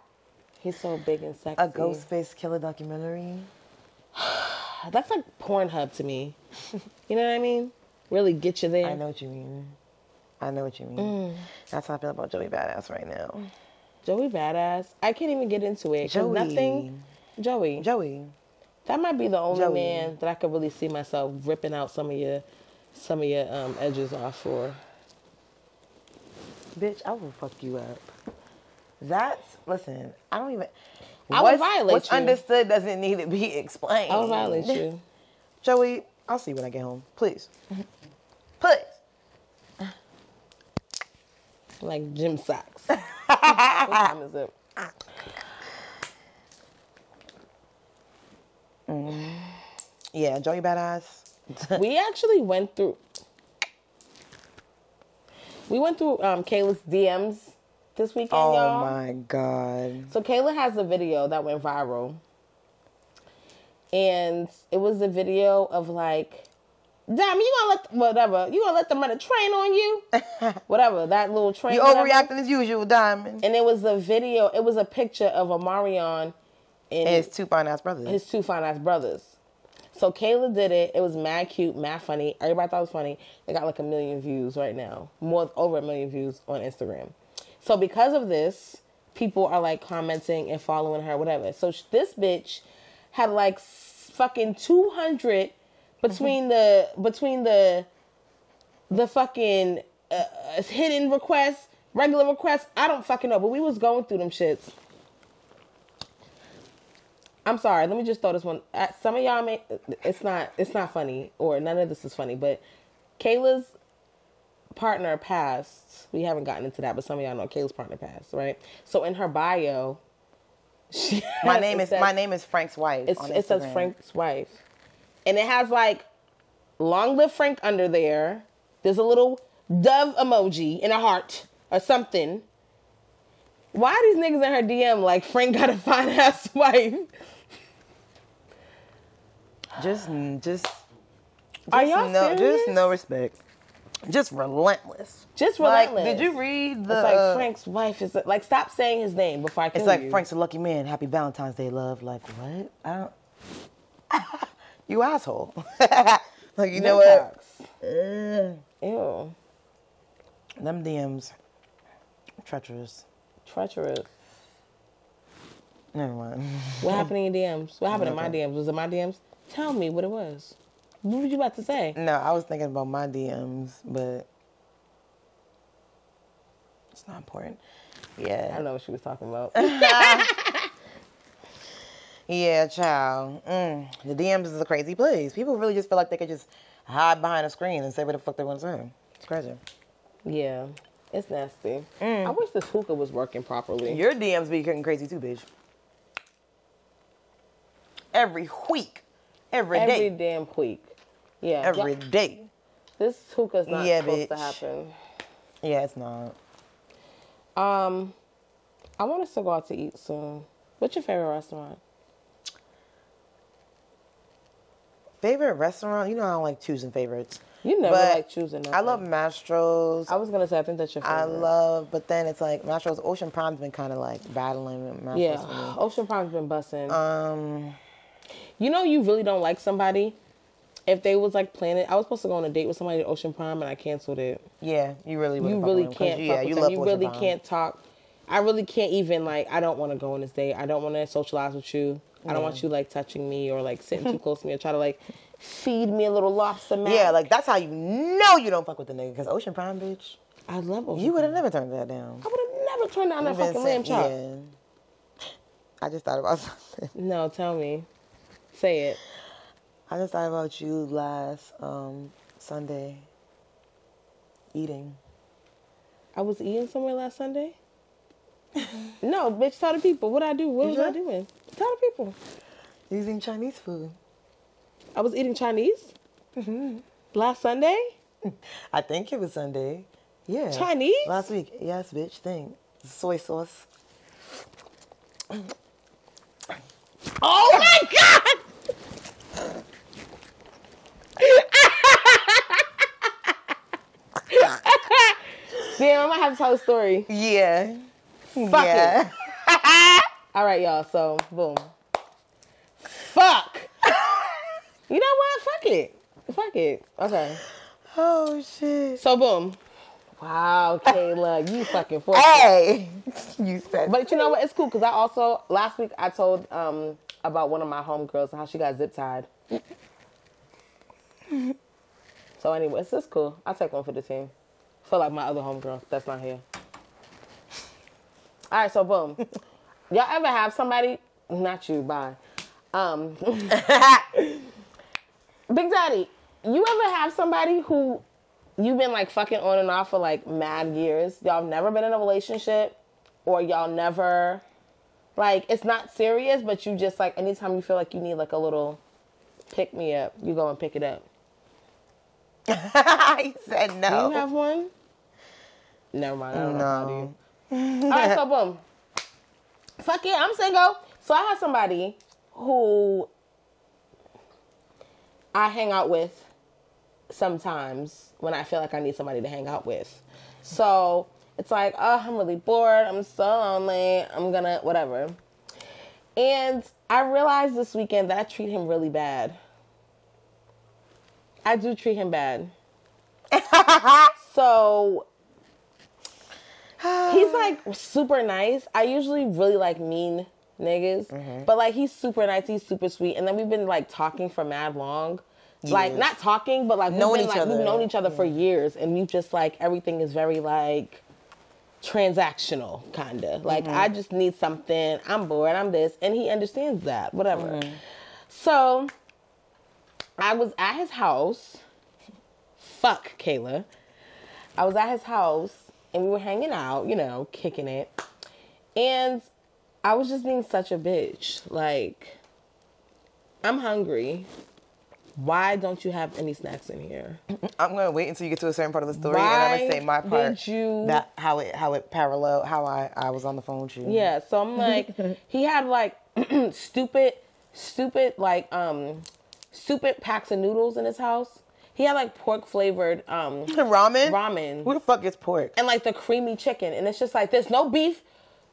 he's so big and sexy. a ghost face killer documentary. That's like Pornhub to me. you know what I mean? Really get you there. I know what you mean. I know what you mean. Mm. That's how I feel about Joey Badass right now. Joey badass. I can't even get into it. 'cause Joey. Nothing. Joey. Joey, That might be the only Joey. man that I could really see myself ripping out some of your some of your um, edges off for. bitch, I will fuck you up. That's listen. I don't even. I would what's- violate What's you. understood doesn't need to be explained. I would violate you. Mm-hmm. Joey, I'll see you when I get home. Please. Please. Like gym socks. what time is it? Yeah, Joey Badass. We actually went through We went through um Kayla's DMs this weekend, Oh y'all. my God. So Kayla has a video that went viral. And it was a video of like, damn, you gonna let whatever, you gonna let them run a train on you? whatever, that little train. You whatever. overreacting as usual, Diamond. And it was a video, it was a picture of Amarion and And his two fine ass brothers. his two fine ass brothers. So Kayla did it. It was mad cute, mad funny. Everybody thought it was funny. It got like a million views right now, more over a million views on Instagram. So because of this, people are like commenting and following her, whatever. So sh- this bitch had like s- fucking two hundred between the between the the fucking uh, uh, hidden requests, regular requests. I don't fucking know, but we was going through them shits. I'm sorry. Let me just throw this one. uh, Some of y'all may it's not it's not funny or none of this is funny, but Kayla's partner passed. We haven't gotten into that, but some of y'all know Kayla's partner passed, right? So in her bio, My name It is says- my name is Frank's wife. It's, on it says Instagram. Frank's wife, and it has like "Long live Frank" under there. There's a little dove emoji and a heart or something. Why are these niggas in her DM like Frank got a fine ass wife? Just just Are just y'all no serious? just no respect. Just relentless. Just Like, relentless. did you read the? It's like uh, Frank's wife is like. Stop saying his name before I kill It's like you. Frank's a lucky man. Happy Valentine's Day, love. Like what? I don't. you asshole. like you know what? Ugh. Ew, Them DMs treacherous. treacherous. Never mind. What happened in your DMs? What happened in my Mm. Okay. DMs? Was it my DMs? Tell me what it was. What were you about to say? No, I was thinking about my DMs, but it's not important. I Yeah. don't know what she was talking about. Yeah, child. Mm. The DMs is a crazy place. People really just feel like they could just hide behind a screen and say what the fuck they want to say. It's crazy. yeah, it's nasty. Mm. I wish this hookah was working properly. Your DMs be getting crazy too, bitch. Every week, every day, Every damn week. Yeah, every y'all- day. this hookah's not Yeah, supposed to bitch. happen. Yeah, it's not. Um, I want us to go out to eat soon. What's your favorite restaurant? Favorite restaurant? You know I don't like choosing favorites. You never But like choosing. I love nothing. Mastro's. I was gonna say I think that's your favorite. I love, but then it's like Mastro's Ocean Prime's been kind of like battling with Mastro's Yeah, for me. Ocean Prime's been busting. Um, You know, you really don't like somebody if they was like planning. I was supposed to go on a date with somebody at Ocean Prime and I canceled it. yeah, you really wouldn't you fuck really with him 'cause can't. you- fuck yeah, with you them. love You Ocean really Prime. can't talk. I really can't even like. I don't want to go on this date. I don't want to socialize with you. I don't want you like touching me or like sitting too close to me or try to like feed me a little lobster. Mac. Yeah, like that's how you know you don't fuck with the nigga because Ocean Prime, bitch, I love Ocean. you would have Prime. never turned that down. I would have never turned down that You've been fucking lamb sent- chop. yeah. I just thought about something. No, tell me. Say it. I just thought about you last um, Sunday eating. I was eating somewhere last Sunday. no, bitch. Tell the people what I do. What You was I sure? doing? Tell the people. Using Chinese food. I was eating Chinese Mm-hmm. last Sunday. I think it was Sunday. Yeah. Chinese? Last week. Yes, bitch. Thing. Soy sauce. Oh my god! Damn, I'm gonna have to tell a story. Yeah. Fuck it. All right, y'all. So, boom. Fuck. you know what? Fuck it. Fuck it. Okay. Oh shit. So, boom. Wow, Kayla, you fucking forced it. Hey. you said. But you know what? It's cool because I also last week I told um about one of my homegirls and how she got zip tied. so anyway, it's just cool. I'll take one for the team. For like my other homegirl that's not here. All right, so boom. Y'all ever have somebody? Not you. Bye. Um, Big Daddy, you ever have somebody who you've been like fucking on and off for like mad years? Y'all have never been in a relationship, or y'all never like it's not serious, but you just like anytime you feel like you need like a little pick me up, you go and pick it up. I said Do no. you have one? Never mind. I don't know. How do you? no. All right, so boom. Fuck it, I'm single. So I have somebody who I hang out with sometimes when I feel like I need somebody to hang out with. So it's like, oh, I'm really bored. I'm so lonely. I'm gonna whatever. And I realized this weekend that I treat him really bad. I do treat him bad. so he's like super nice. I usually really like mean niggas, Mm-hmm. but like he's super nice. He's super sweet, and then we've been like talking for mad long. Like Yes. not talking, but like Known we've been, each like, other. We've known each other for years, and we've just like everything is very like transactional, kinda. Like I Mm-hmm. just need something. I'm bored. I'm this, and he understands that. Whatever. Mm-hmm. So I was at his house. Fuck Kayla. I was at his house and we were hanging out, you know, kicking it. And I was just being such a bitch. Like, I'm hungry. Why don't you have any snacks in here? I'm gonna wait until you get to a certain part of the story, and I'm Why gonna say my part. did you- That how it how it parallel how I I was on the phone with you. Yeah, so I'm like, he had like stupid, stupid like um, stupid packs of noodles in his house. He had like pork flavored um Ramen. Ramen. Who the fuck gets pork? and like the creamy chicken, and it's just like there's no beef,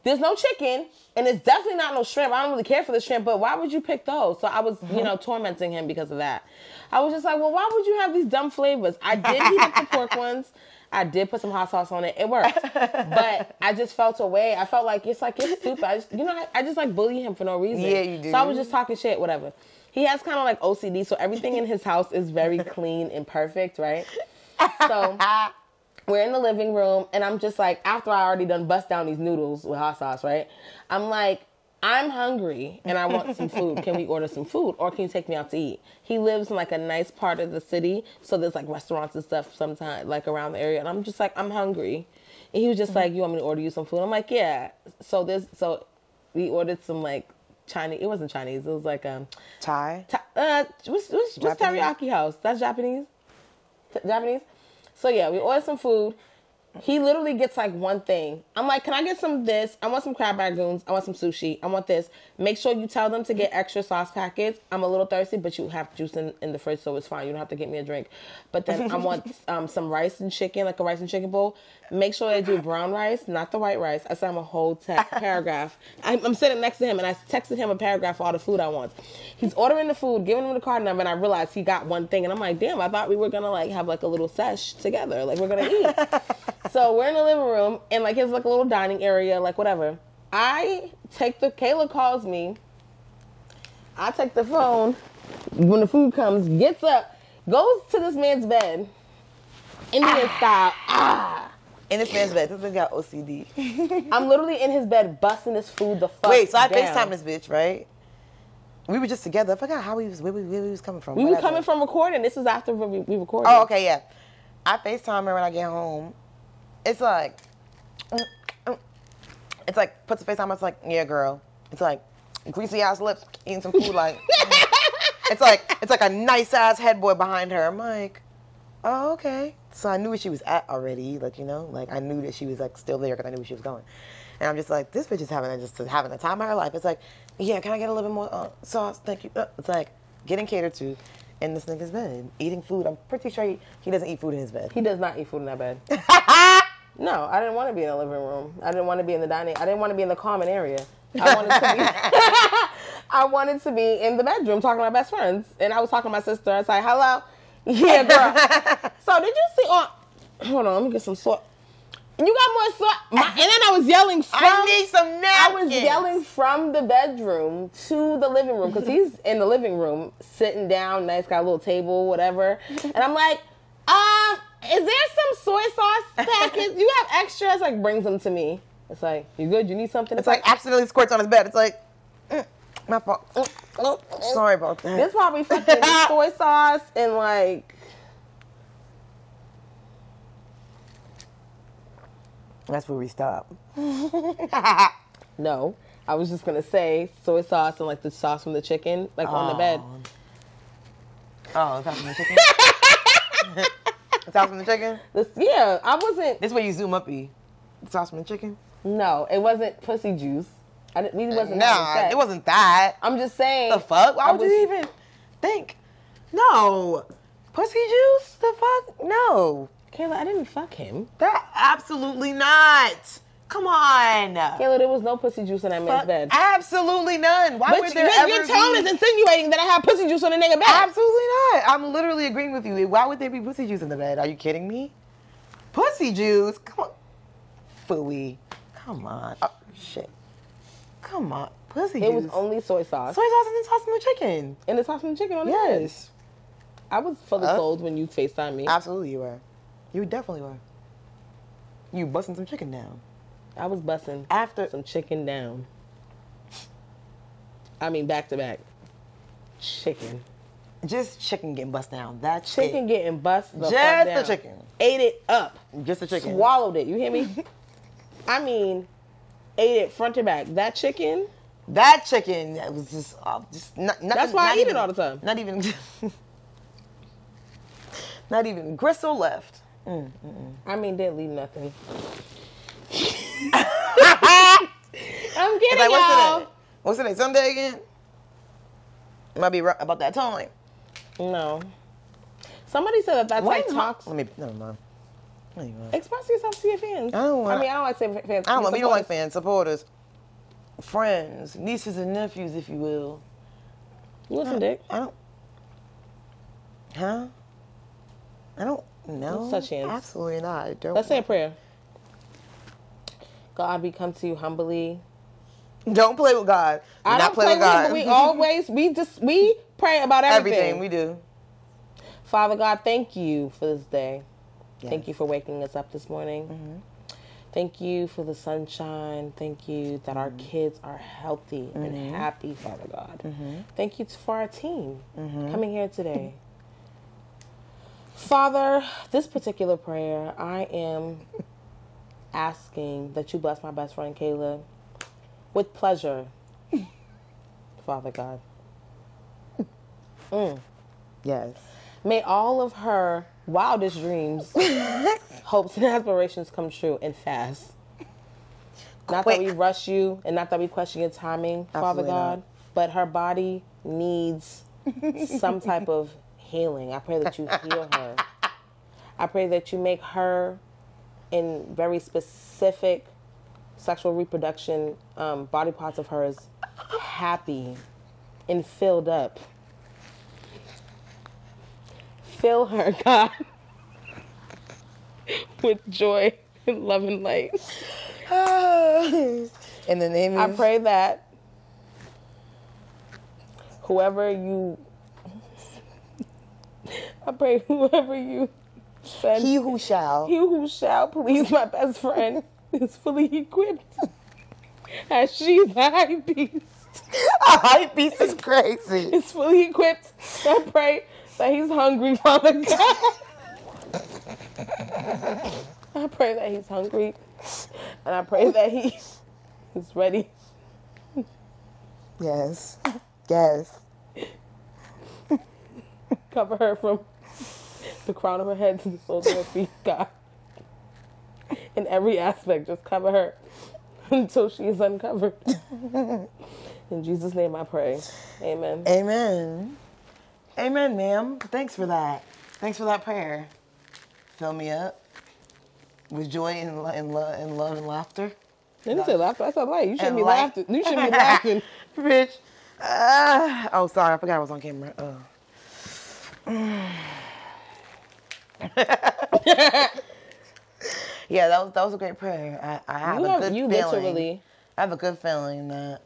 there's no chicken, and it's definitely not no shrimp. I don't really care for the shrimp, but why would you pick those? So I was, Uh-huh. you know, tormenting him because of that. I was just like, well, why would you have these dumb flavors? I did heat up the pork ones. I did put some hot sauce on it. It worked, but I just felt away. I felt like it's like it's stupid. I just, you know, I, I just like bully him for no reason. Yeah, you do. So I was just talking shit, whatever. He has kind of like OCD, so everything in his house is very clean and perfect, right? So we're in the living room and I'm just like, after I already done bust down these noodles with hot sauce, right? I'm like, I'm hungry and I want some food. Can we order some food or can you take me out to eat? He lives in like a nice part of the city, so there's like restaurants and stuff sometimes like around the area and I'm just like, I'm hungry. And he was just like, You want me to order you some food? I'm like, Yeah. So this so we ordered some like Chinese it wasn't Chinese, it was like um Thai. Ta- uh, what's, what's, what's Japanese? teriyaki house? That's Japanese. T- Japanese. So yeah, we ordered some food. He literally gets like one thing. I'm like, can I get some of this? I want some crab rangoons. I want some sushi. I want this. Make sure you tell them to get extra sauce packets. I'm a little thirsty, but you have juice in, in the fridge, so it's fine. You don't have to get me a drink. But then I want um, some rice and chicken, like a rice and chicken bowl. Make sure they do brown rice, not the white rice. I sent him a whole te- paragraph. I'm, I'm sitting next to him, and I texted him a paragraph for all the food I want. He's ordering the food, giving him the card number, and I realized he got one thing. And I'm like, damn, I thought we were gonna like have like a little sesh together, like we're gonna eat. So we're in the living room, and like it's like a little dining area, like whatever. I take the Kayla calls me. I take the phone when the food comes, gets up, goes to this man's bed, Indian style. Ah, In this man's bed. This nigga got OCD. I'm literally in his bed busting this food the fuck. Wait, so I down. FaceTime this bitch, right? We were just together. I forgot how we was where we, where we was coming from. We were whatever. coming from recording. This is after we, we recorded. Oh, okay, yeah. I FaceTime her when I get home. It's like, it's like, puts a FaceTime, it's like, yeah, girl. It's like, greasy ass lips, eating some food, like, it's like, it's like a nice ass headboard behind her. I'm like, oh, okay. So I knew where she was at already, like, you know, like, I knew that she was, like, still there because I knew where she was going. And I'm just like, this bitch is having a, just having the time of her life. It's like, yeah, can I get a little bit more uh, sauce? Thank you. Uh, it's like, getting catered to in this nigga's bed, eating food. I'm pretty sure he, he doesn't eat food in his bed. He does not eat food in that bed. no, I didn't want to be in the living room. I didn't want to be in the dining. I didn't want to be in the common area. I wanted to be. I wanted to be in the bedroom talking to my best friends, and I was talking to my sister. I was like, "Hello, yeah, girl." so did you see? On hold on, let me get some salt. You got more salt, my, and then I was yelling. From, I need some I was napkins. yelling from the bedroom to the living room because he's in the living room sitting down, nice, got a little table, whatever. And I'm like, um, is there some soy sauce packets? you have extras? like, brings them to me. It's like, you good? You need something? It's like accidentally squirts on his bed. It's like, mm, my fault. Mm, Sorry about that. There's probably fucking soy sauce and like, That's where we stop. no. I was just gonna say soy sauce and like the sauce from the chicken, like on the bed. Oh, it's out from the chicken. it's out from the chicken. This, yeah, I wasn't. This is where you zoom up, e. It's out from the chicken. No, it wasn't pussy juice. I didn't, we wasn't. having Nah, sex. it wasn't that. I'm just saying. The fuck? Why I would was- you even think? No, pussy juice. The fuck? No, Kayla, I didn't fuck him. that absolutely not. Come on. Kayla, there was no pussy juice in that man's Fuck, bed. Absolutely none. Why But would your, there ever your tone be- is insinuating that I have pussy juice on a nigga bed. Absolutely not. I'm literally agreeing with you. Why would there be pussy juice in the bed? Are you kidding me? Pussy juice? Come on. Fooey. Come on. Oh, shit. Come on. Pussy It juice. was only soy sauce soy sauce and then sauce and chicken. and the sauce from the chicken on the bed. Yes. I was fully Uh. cold when you Facetime me. I, Absolutely you were. You definitely were. You busting some chicken down. was bussing After some chicken down. I mean, back to back, chicken, just chicken getting bust down. That chicken getting bust the fuck Just the down. chicken. ate it up, Just the chicken. swallowed it. You hear me? I mean, ate it front to back. That chicken, That chicken that was just, uh, just not, nothing, That's why I not eat it even- all the time. Not even, not even gristle left. Mm. I mean, didn't leave nothing. I'm kidding, It's like what's y'all. today? What's today? Sunday again? Might be right about that time. No. Somebody said that that's Why like is my- toxic. Let me. Never mind. Never mind. Express yourself to your fans. I don't wanna- I mean, I don't like saying fa- fans. I don't know. We don't like Supporters. fans, supporters, friends, nieces and nephews, if you will. You want some dick? I don't. Huh? I don't know. Let's touch hands. Absolutely not. I don't. Let's say a prayer. God, we come to you humbly. Don't play with God. Do I not don't play with him, but we always we just we pray about everything. everything we do. Father God, thank you for this day. Thank Yes. you for waking us up this morning. Thank you for the sunshine. Thank you that our kids are healthy and happy, Father God. Thank you t- for our team coming here today. Father, this particular prayer, I am asking that you bless my best friend Kayla with pleasure, Father God. Yes. May all of her wildest dreams, hopes, and aspirations come true and fast. Not that we Quick. rush you and not that we question your timing, Father Absolutely God, not. but her body needs some type of healing. I pray that you heal her. I pray that you make her in very specific sexual reproduction um, body parts of hers happy and filled up. Fill her, God, with joy and love and light. In the name I of pray that whoever you, I pray whoever you send, He who shall. he who shall please my best friend is fully equipped as she's a high beast. Hype beast is crazy. is fully equipped. I pray that he's hungry, Father God. I pray that he's hungry. And I pray that he is ready Yes. Yes. cover her from the crown of her head to the soles of her feet, God. In every aspect, just cover her until she is uncovered. In Jesus' name I pray. Amen. Amen. Amen, ma'am. Thanks for that. Thanks for that prayer. Fill me up with joy and, lo- and, lo- and love and laughter. Then you said laughter. I said light. You shouldn't And be light. laughing. You shouldn't be laughing. Bitch. Ah, oh, sorry. I forgot I was on camera. Oh. yeah, that was that was a great prayer. I, I have You a have- good you feeling. literally- I have a good feeling that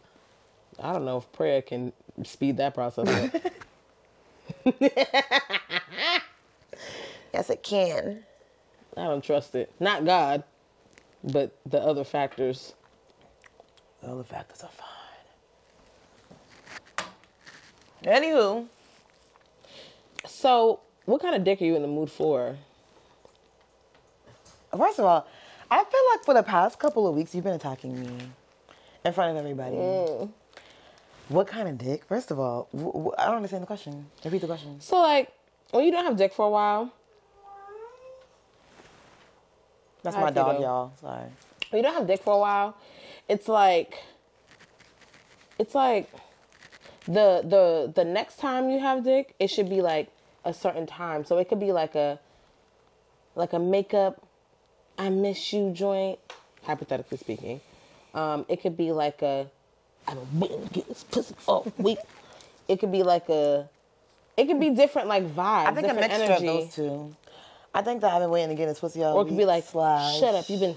I don't know if prayer can speed that process up. yes, it can. I don't trust it. Not God, but the other factors. The other factors are fine. Anywho, So, what kind of dick are you in the mood for? first of all, I feel like for the past couple of weeks you've been attacking me in front of everybody. What kind of dick? First of all, wh- wh- I don't understand the question. Repeat the question. So, like, when you don't have dick for a while, That's I my see dog, though. y'all. Sorry. when you don't have dick for a while, it's like, it's like, the the the next time you have dick, it should be like a certain time. So it could be like a, like a makeup, I miss you joint. Hypothetically speaking, um, it could be like a, I've been waiting to get this pussy all week. It could be like a, it could be different like vibes, I think a different mixture energy. of those two. I think that I've been waiting to get this pussy all Or it could be week like, slash- shut up, you've been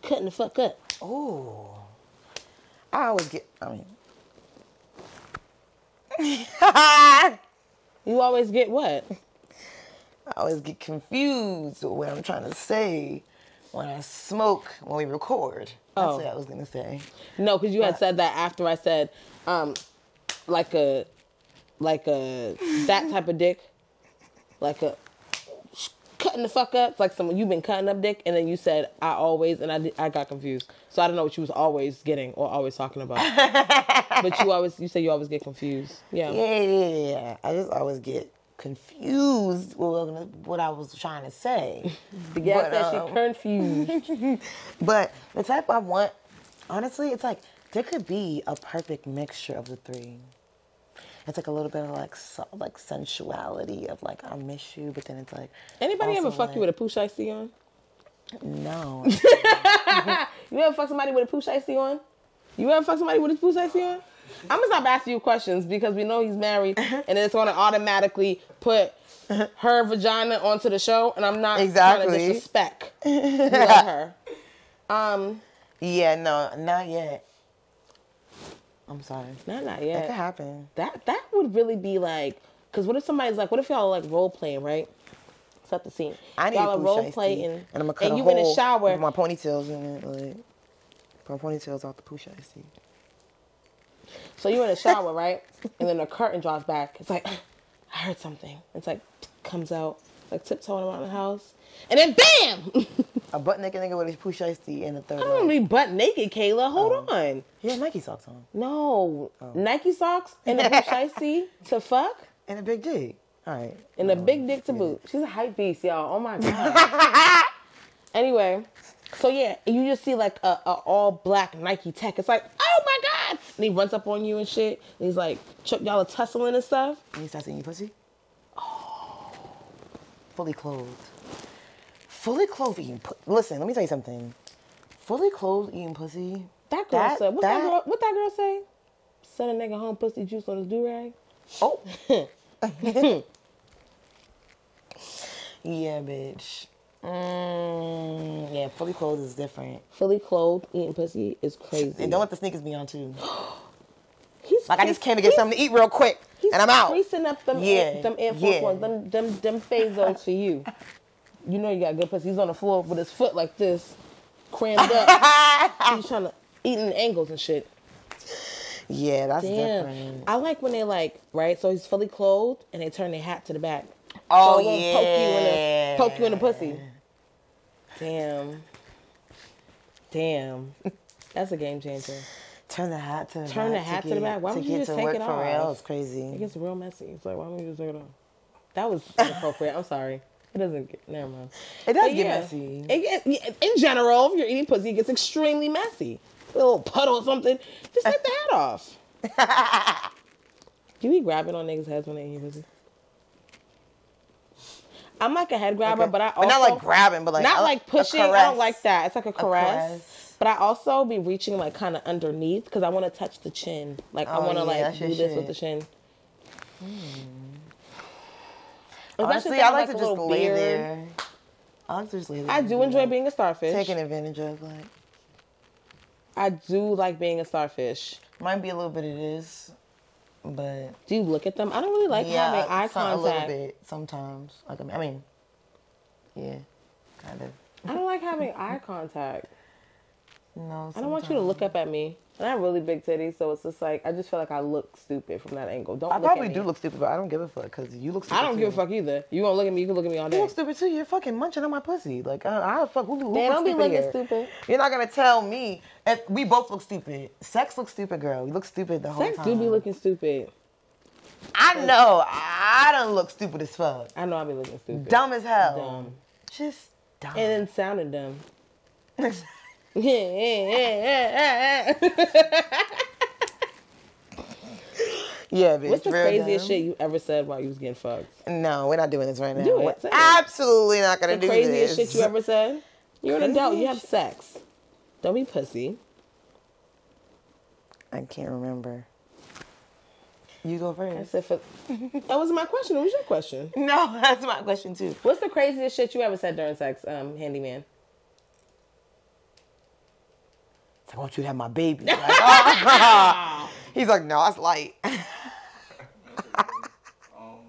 cutting the fuck up. Ooh. I always get. I mean. You always get what? I always get confused with what I'm trying to say when I smoke when we record. That's Oh. what I was gonna say. No, because you had said that after I said, um, like a, like a, that type of dick. Like a, cutting the fuck up. It's like someone you've been cutting up dick, and then you said I always, and I di- I got confused. So I don't know what you was always getting or always talking about. but you always you say you always get confused. Yeah. Yeah, yeah, yeah, yeah. I just always get confused with what I was trying to say. Yeah, But, I said um, she confused. But the type I want, honestly, it's like there could be a perfect mixture of the three. It's like a little bit of like so, like sensuality of like I miss you, but then it's like Anybody ever also, fuck you with like, a pooch icy on? no. You ever fuck somebody with a pooch icy on? You ever fuck somebody with a pooch icy on? I'm gonna stop asking you questions because we know he's married, Uh-huh. and it's gonna automatically put her vagina onto the show, and I'm not trying Exactly. to disrespect. You love her. yeah, no, not yet. I'm sorry. Not not That could yet. happen. That that would really be like, cause what if somebody's like, what if y'all are like role playing, right? Set the scene. I need y'all a are blue role shiesty, playing, and I'm gonna cut a you hole in the shower. with my ponytails in it, like my ponytails off the poo shiesty. So you're in the shower, right? And then the curtain draws back. It's like, I heard something. It's like, comes out, like tiptoeing around the house. And then bam! A butt naked nigga with his poo shiesty in the third. I don't leg. want to be butt naked, Kayla. Hold on. He had Nike socks on No. Nike socks and a see to fuck and a big dick. All right. and a big dick to boot. She's a hype beast, y'all. Oh my God. anyway, so yeah, you just see like a, a all black Nike tech. It's like, oh my God. And he runs up on you and shit. And he's like, Chuck, y'all are tussling and stuff. And he starts eating your pussy? Oh. Fully clothed. Fully clothed eating pussy. Listen, let me tell you something. Fully clothed eating pussy. That girl That- said, what that, that- girl, what that girl say? Send a nigga home pussy juice on his do-rag? Oh. yeah, bitch. Mm, yeah, fully clothed is different. Fully clothed, eating pussy is crazy. And don't let the sneakers be on too. he's Like I just came to get he's- something to eat real quick, he's and I'm out. creasing up them, Yeah, air, them Air Force yeah. Ones, them, them, them Fazos for you. You know you got good pussy. He's on the floor with his foot like this, crammed up. he's trying to, eating angles and shit. Yeah, that's Damn. different. I like when they like, right, so he's fully clothed and they turn their hat to the back. Oh so it won't yeah. poke you in the poke you in the pussy. Damn. Damn. That's a game changer. Turn the hat to the Turn the back hat to the get- back. Why would you get just to take work it for off? real? It's It crazy. gets real messy. It's like why don't you just take it off? That was inappropriate. I'm sorry. It doesn't get never mind. It does But get yeah. messy. It get- in general, if you're eating pussy, it gets extremely messy. A little puddle or something. Just take the hat off. Do we grabbing on niggas' heads when they eat pussy? I'm like a head grabber, Okay. but I also not like grabbing, but like not a- like a pushing. I caress. don't like that. It's like a caress. caress. But I also be reaching like kind of underneath because I want to touch the chin. Like I Oh, want to yeah, like that's do your this shit. Hmm. with the chin. Especially Honestly, if I have, like, a to just little lay beard. there. I like to just lay there. I and do be, enjoy like, being a starfish. taken advantage of. Like, I do like being a starfish. might be a little bit of this, but Do you look at them? I don't really like yeah, having eye some- a little contact. bit sometimes. Like, I mean, yeah, kind of. I don't like having eye contact. No, I don't want you to look up at me. And I have really big titties, so it's just like I just feel like I look stupid from that angle. Don't I look probably at me. do look stupid, but I don't give a fuck because you look. stupid I don't too. give a fuck either. You gonna look at me? You can look at me all You day. look stupid too. You're fucking munching on my pussy. Like, I, I fuck. Who, who Man, don't looks be stupid looking here? stupid. You're not gonna tell me. If we both look stupid. Sex looks stupid, girl. We look stupid the whole Sex time. do be looking stupid. I know. I don't look stupid as fuck. I know I be looking stupid. Dumb as hell. Dumb. Just dumb. And then sounding dumb. Yeah, yeah, yeah, yeah, yeah. yeah, bitch. What's the real craziest dumb. shit you ever said while you was getting fucked? No, we're not doing this right now. Do it. We're Say it. absolutely not gonna The do craziest this. shit you ever said? You're an adult. You have Craziest- sex. Don't be pussy. I can't remember. You go I first. said for. that was my question. What was your question? No, that's my question too. What's the craziest shit you ever said during sex, um, handyman? It's like, I want you to have my baby. Like, oh. He's like, no, that's light. Um,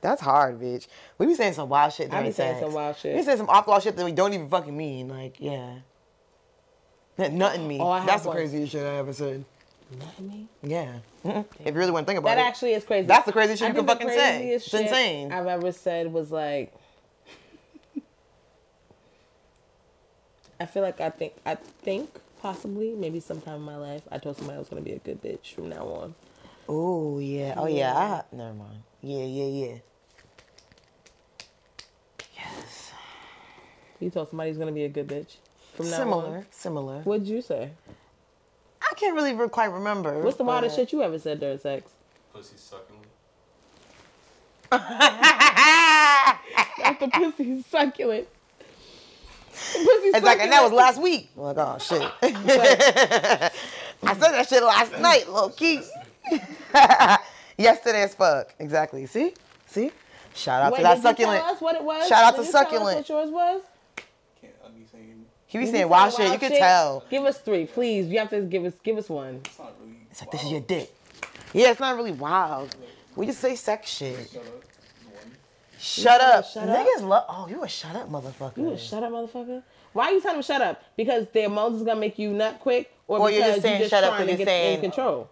That's hard, bitch. We be saying some wild shit. I be during saying sex. some wild shit. We saying some off the wall shit that we don't even fucking mean. Like, yeah. That nothing mean. Oh, I have That's the one. craziest shit I ever said. Not me. Yeah. Mhm. If you really want to think about That it. actually is crazy. That's the craziest shit I you can think the fucking say. craziest It's insane. I've ever said was like, I feel like I think I think possibly maybe sometime in my life I told somebody I was gonna be a good bitch from now on. Oh yeah. Oh yeah. Yeah. I, never mind. Yeah, yeah, yeah. Yes. You told somebody he's gonna be a good bitch from now on. Similar. Similar. What'd you say? I can't really re- quite remember. What's the wildest but- shit you ever said during sex? Pussy sucking. Like the pussy's succulent. The pussy's It's like, and that was succulent. last week. I'm like, oh shit. I said that shit last night, low key. Yesterday as fuck. Exactly. See? See? Shout out Wait, to did that you succulent. Tell us what it was. Shout out to Did you tell us succulent. What yours was? Can't I be saying He be You saying said wild shit. You could tell. Give us three, please. You have to give us give us one. it's not really. It's like, this is your dick. Yeah, it's not really wild. We just say sex shit. Shut up. One. Shut tell him up. shut up? Niggas love. Oh, you a shut up motherfucker. You a shut up, motherfucker. Why you telling him shut up? Because their moans is gonna make you nut quick, or Or because you're just saying shut up trying to and get you're in saying- control.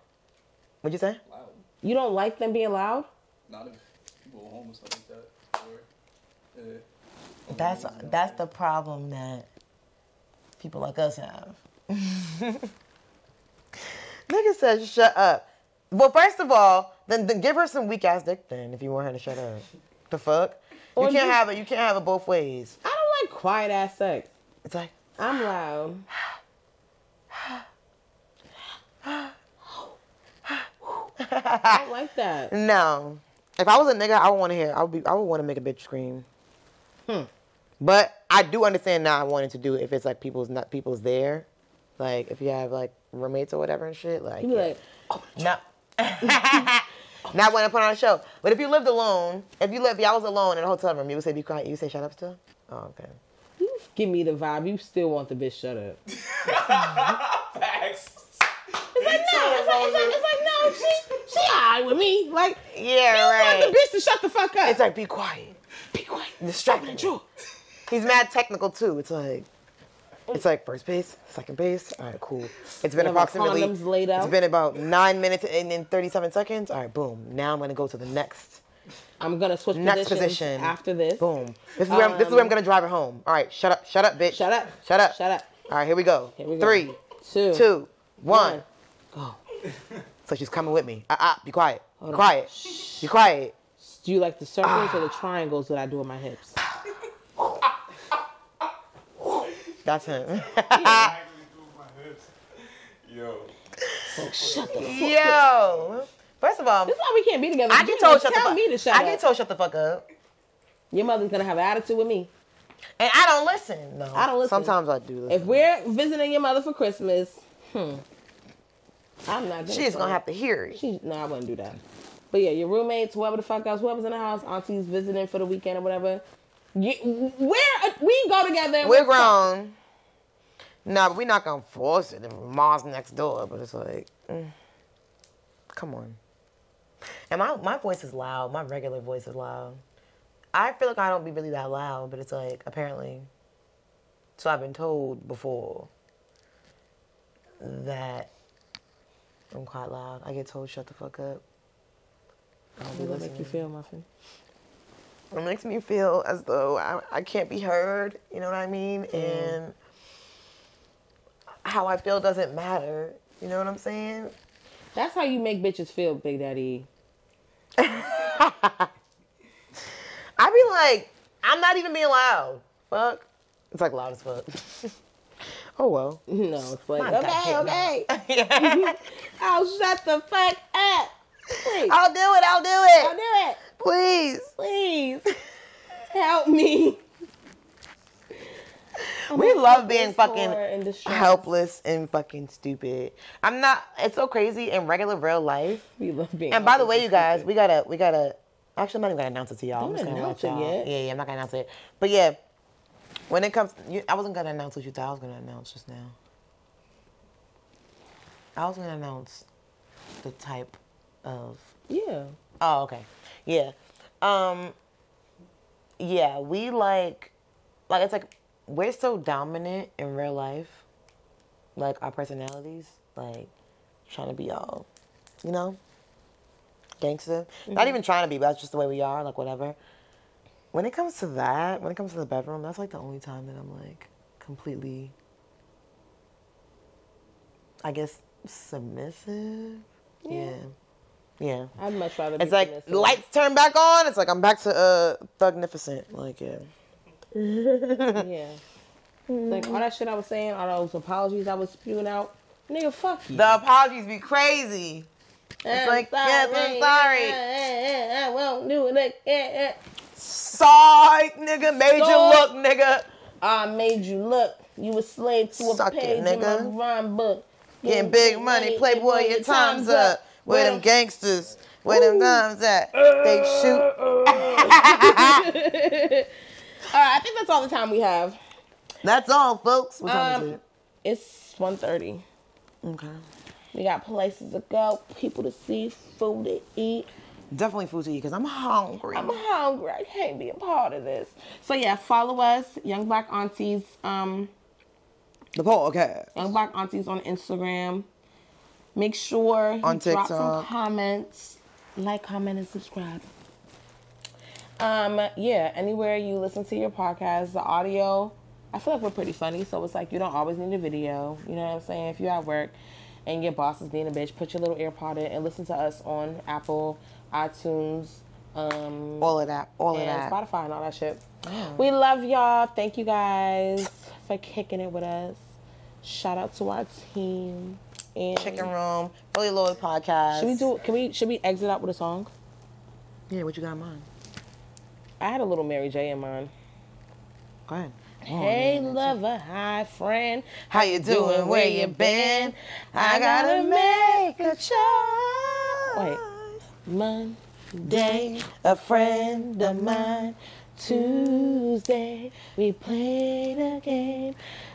What'd you say? Loud. You don't like them being loud. Not if you go home or something like that. Or. Uh, or That's niggas not that's there. the problem that people like us have. Nigga says shut up. Well, first of all, then, then give her some weak ass dick then if you want her to shut up. The fuck? Or you can't you- have it. You can't have it both ways. I don't like quiet ass sex. It's like I'm loud. I don't like that. no. If I was a nigga, I would want to hear. I would be. I would want to make a bitch scream. But I do understand now. I wanted to do it if it's like people's not people's there, like if you have like roommates or whatever and shit. Like You be like, No. Not when I put on a show. But if you lived alone, if you lived, y'all was alone in a hotel room, you would say, be quiet, you would say, shut up still? Oh, okay. you give me the vibe. You still want the bitch shut up. Facts. It's like, it's like, it's like no, she she alright with me. Like Yeah, I want right. the bitch to shut the fuck up. It's like, be quiet. be quiet. Distracting the jewel. He's mad technical too. It's like, it's like first base, second base. All right, cool. It's been Yeah, my approximately, condoms laid it's out. been about nine minutes and then 37 seconds. All right, boom. Now I'm going to go to the next, I'm gonna switch next positions position. after this. Boom. This is where, I'm, this is where I'm going to drive it home. All right, shut up, shut up, bitch. Um, Shut up. Shut up. Shut up. All right, here we go. Here we go. Three, Two. two, one. One. So she's coming with me. Ah, ah, be quiet. Be Hold on. quiet. Be quiet. Do you like the circles or the triangles that I do with my hips? That's him. I actually do my hips. Yo. Yo. First of all, That's why we can't be together. I You get told didn't shut the tell fuck me to shut I up. get told shut the fuck up. Your mother's gonna have an attitude with me. And I don't listen. No. I don't listen. Sometimes I do If listen. we're visiting your mother for Christmas, hmm, I'm not. Gonna She's tell gonna her. have to hear it. She, no, I wouldn't do that. But yeah, your roommates, whoever the fuck else, whoever's in the house, aunties visiting for the weekend or whatever. You, we're we go together. and We're fuck. grown. Nah, but we're not gonna force it. If Mom's next door, but it's like, mm, come on. And my, my voice is loud. My regular voice is loud. I feel like I don't be really that loud, but it's like apparently. So I've been told before that I'm quite loud. I get told shut the fuck up. I don't be What does that make you listening. feel, muffin? It makes me feel as though I, I can't be heard. You know what I mean? And how I feel doesn't matter. You know what I'm saying? That's how you make bitches feel, Big Daddy. I be like, I'm not even being loud. Fuck. It's like loud as fuck. oh well. No, it's like My okay, goddamn okay. Yeah. Oh, shut the fuck up. Please, I'll do it. I'll do I'll it. do it. Please. Please help me. We love being Poor fucking and distressed. helpless and fucking stupid. I'm not. It's so crazy in regular real life. We love being. And by the helpless way, you guys, we gotta, we gotta. Actually, I'm not even gonna announce it to y'all. I'm Don't just gonna announce let it y'all. yet. Yeah, yeah, I'm not gonna announce it. But yeah, when it comes, you, I wasn't gonna announce what you thought I was gonna announce just now. I was gonna announce the type of. Yeah. Oh, okay. Yeah. Um. Yeah, we like, like it's like we're so dominant in real life, like our personalities, like trying to be all, you know, gangster. Not even trying to be, but that's just the way we are. Like whatever. When it comes to that, when it comes to the bedroom, that's like the only time that I'm like completely, I guess, submissive. Yeah. Yeah. I'd much rather. It's be like submissive. lights turn back on. It's like I'm back to uh thugnificent. Like yeah. Yeah. Like all that shit I was saying, all those apologies I was spewing out. Nigga, fuck you. The apologies be crazy. I'm like, yes, I'm sorry. eh, eh, eh, I won't do it. Like, eh, eh. Sorry, nigga. Made you Sorry. look, nigga. I made you look. You were slave to a Suck it, page nigga. in my rhyme book. Getting big money. Playboy, your time's up. Where them gangsters? Where them guns at? They shoot. All right, I think that's all the time we have. That's all, folks. What time is Um, it? It's 1.30. Okay. We got places to go, people to see, food to eat. Definitely food to eat because I'm hungry. I'm hungry. I can't be a part of this. So yeah, follow us, Young Black Aunties, um, the podcast. Young Black Aunties on Instagram. Make sure you On drop some TikTok. comments, like, comment, and subscribe. Um, yeah, anywhere you listen to your podcast, the audio. I feel like we're pretty funny, so it's like you don't always need a video. You know what I'm saying? If you're at work and your boss is being a bitch, put your little AirPod in and listen to us on Apple, iTunes, um, All of that. All of and that. Spotify and all that shit. We love y'all. Thank you guys for kicking it with us. Shout out to our team. And Chicken Room. Philly Lloyd podcast. Should we do? Can we? Should we exit out with a song? Yeah, what you got in mind? I had a little Mary J in mind. Go ahead. hey lover, hi friend, How you doing? Where you been? I gotta make a choice. Monday, A friend of mine. Tuesday, we played a game.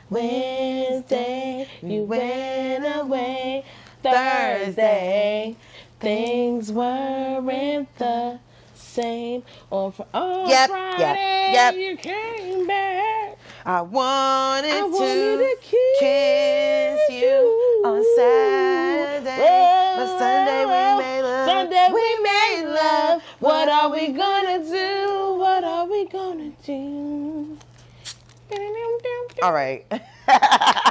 Wednesday, you went away. Thursday, things weren't the same. On, fr- on Yep, yep, Friday, yep. you came back. I wanted, I to, wanted to kiss, kiss you on Saturday, Well, but Sunday well, we made love. Sunday we made love. What are we gonna gonna do? What are we gonna do? All right.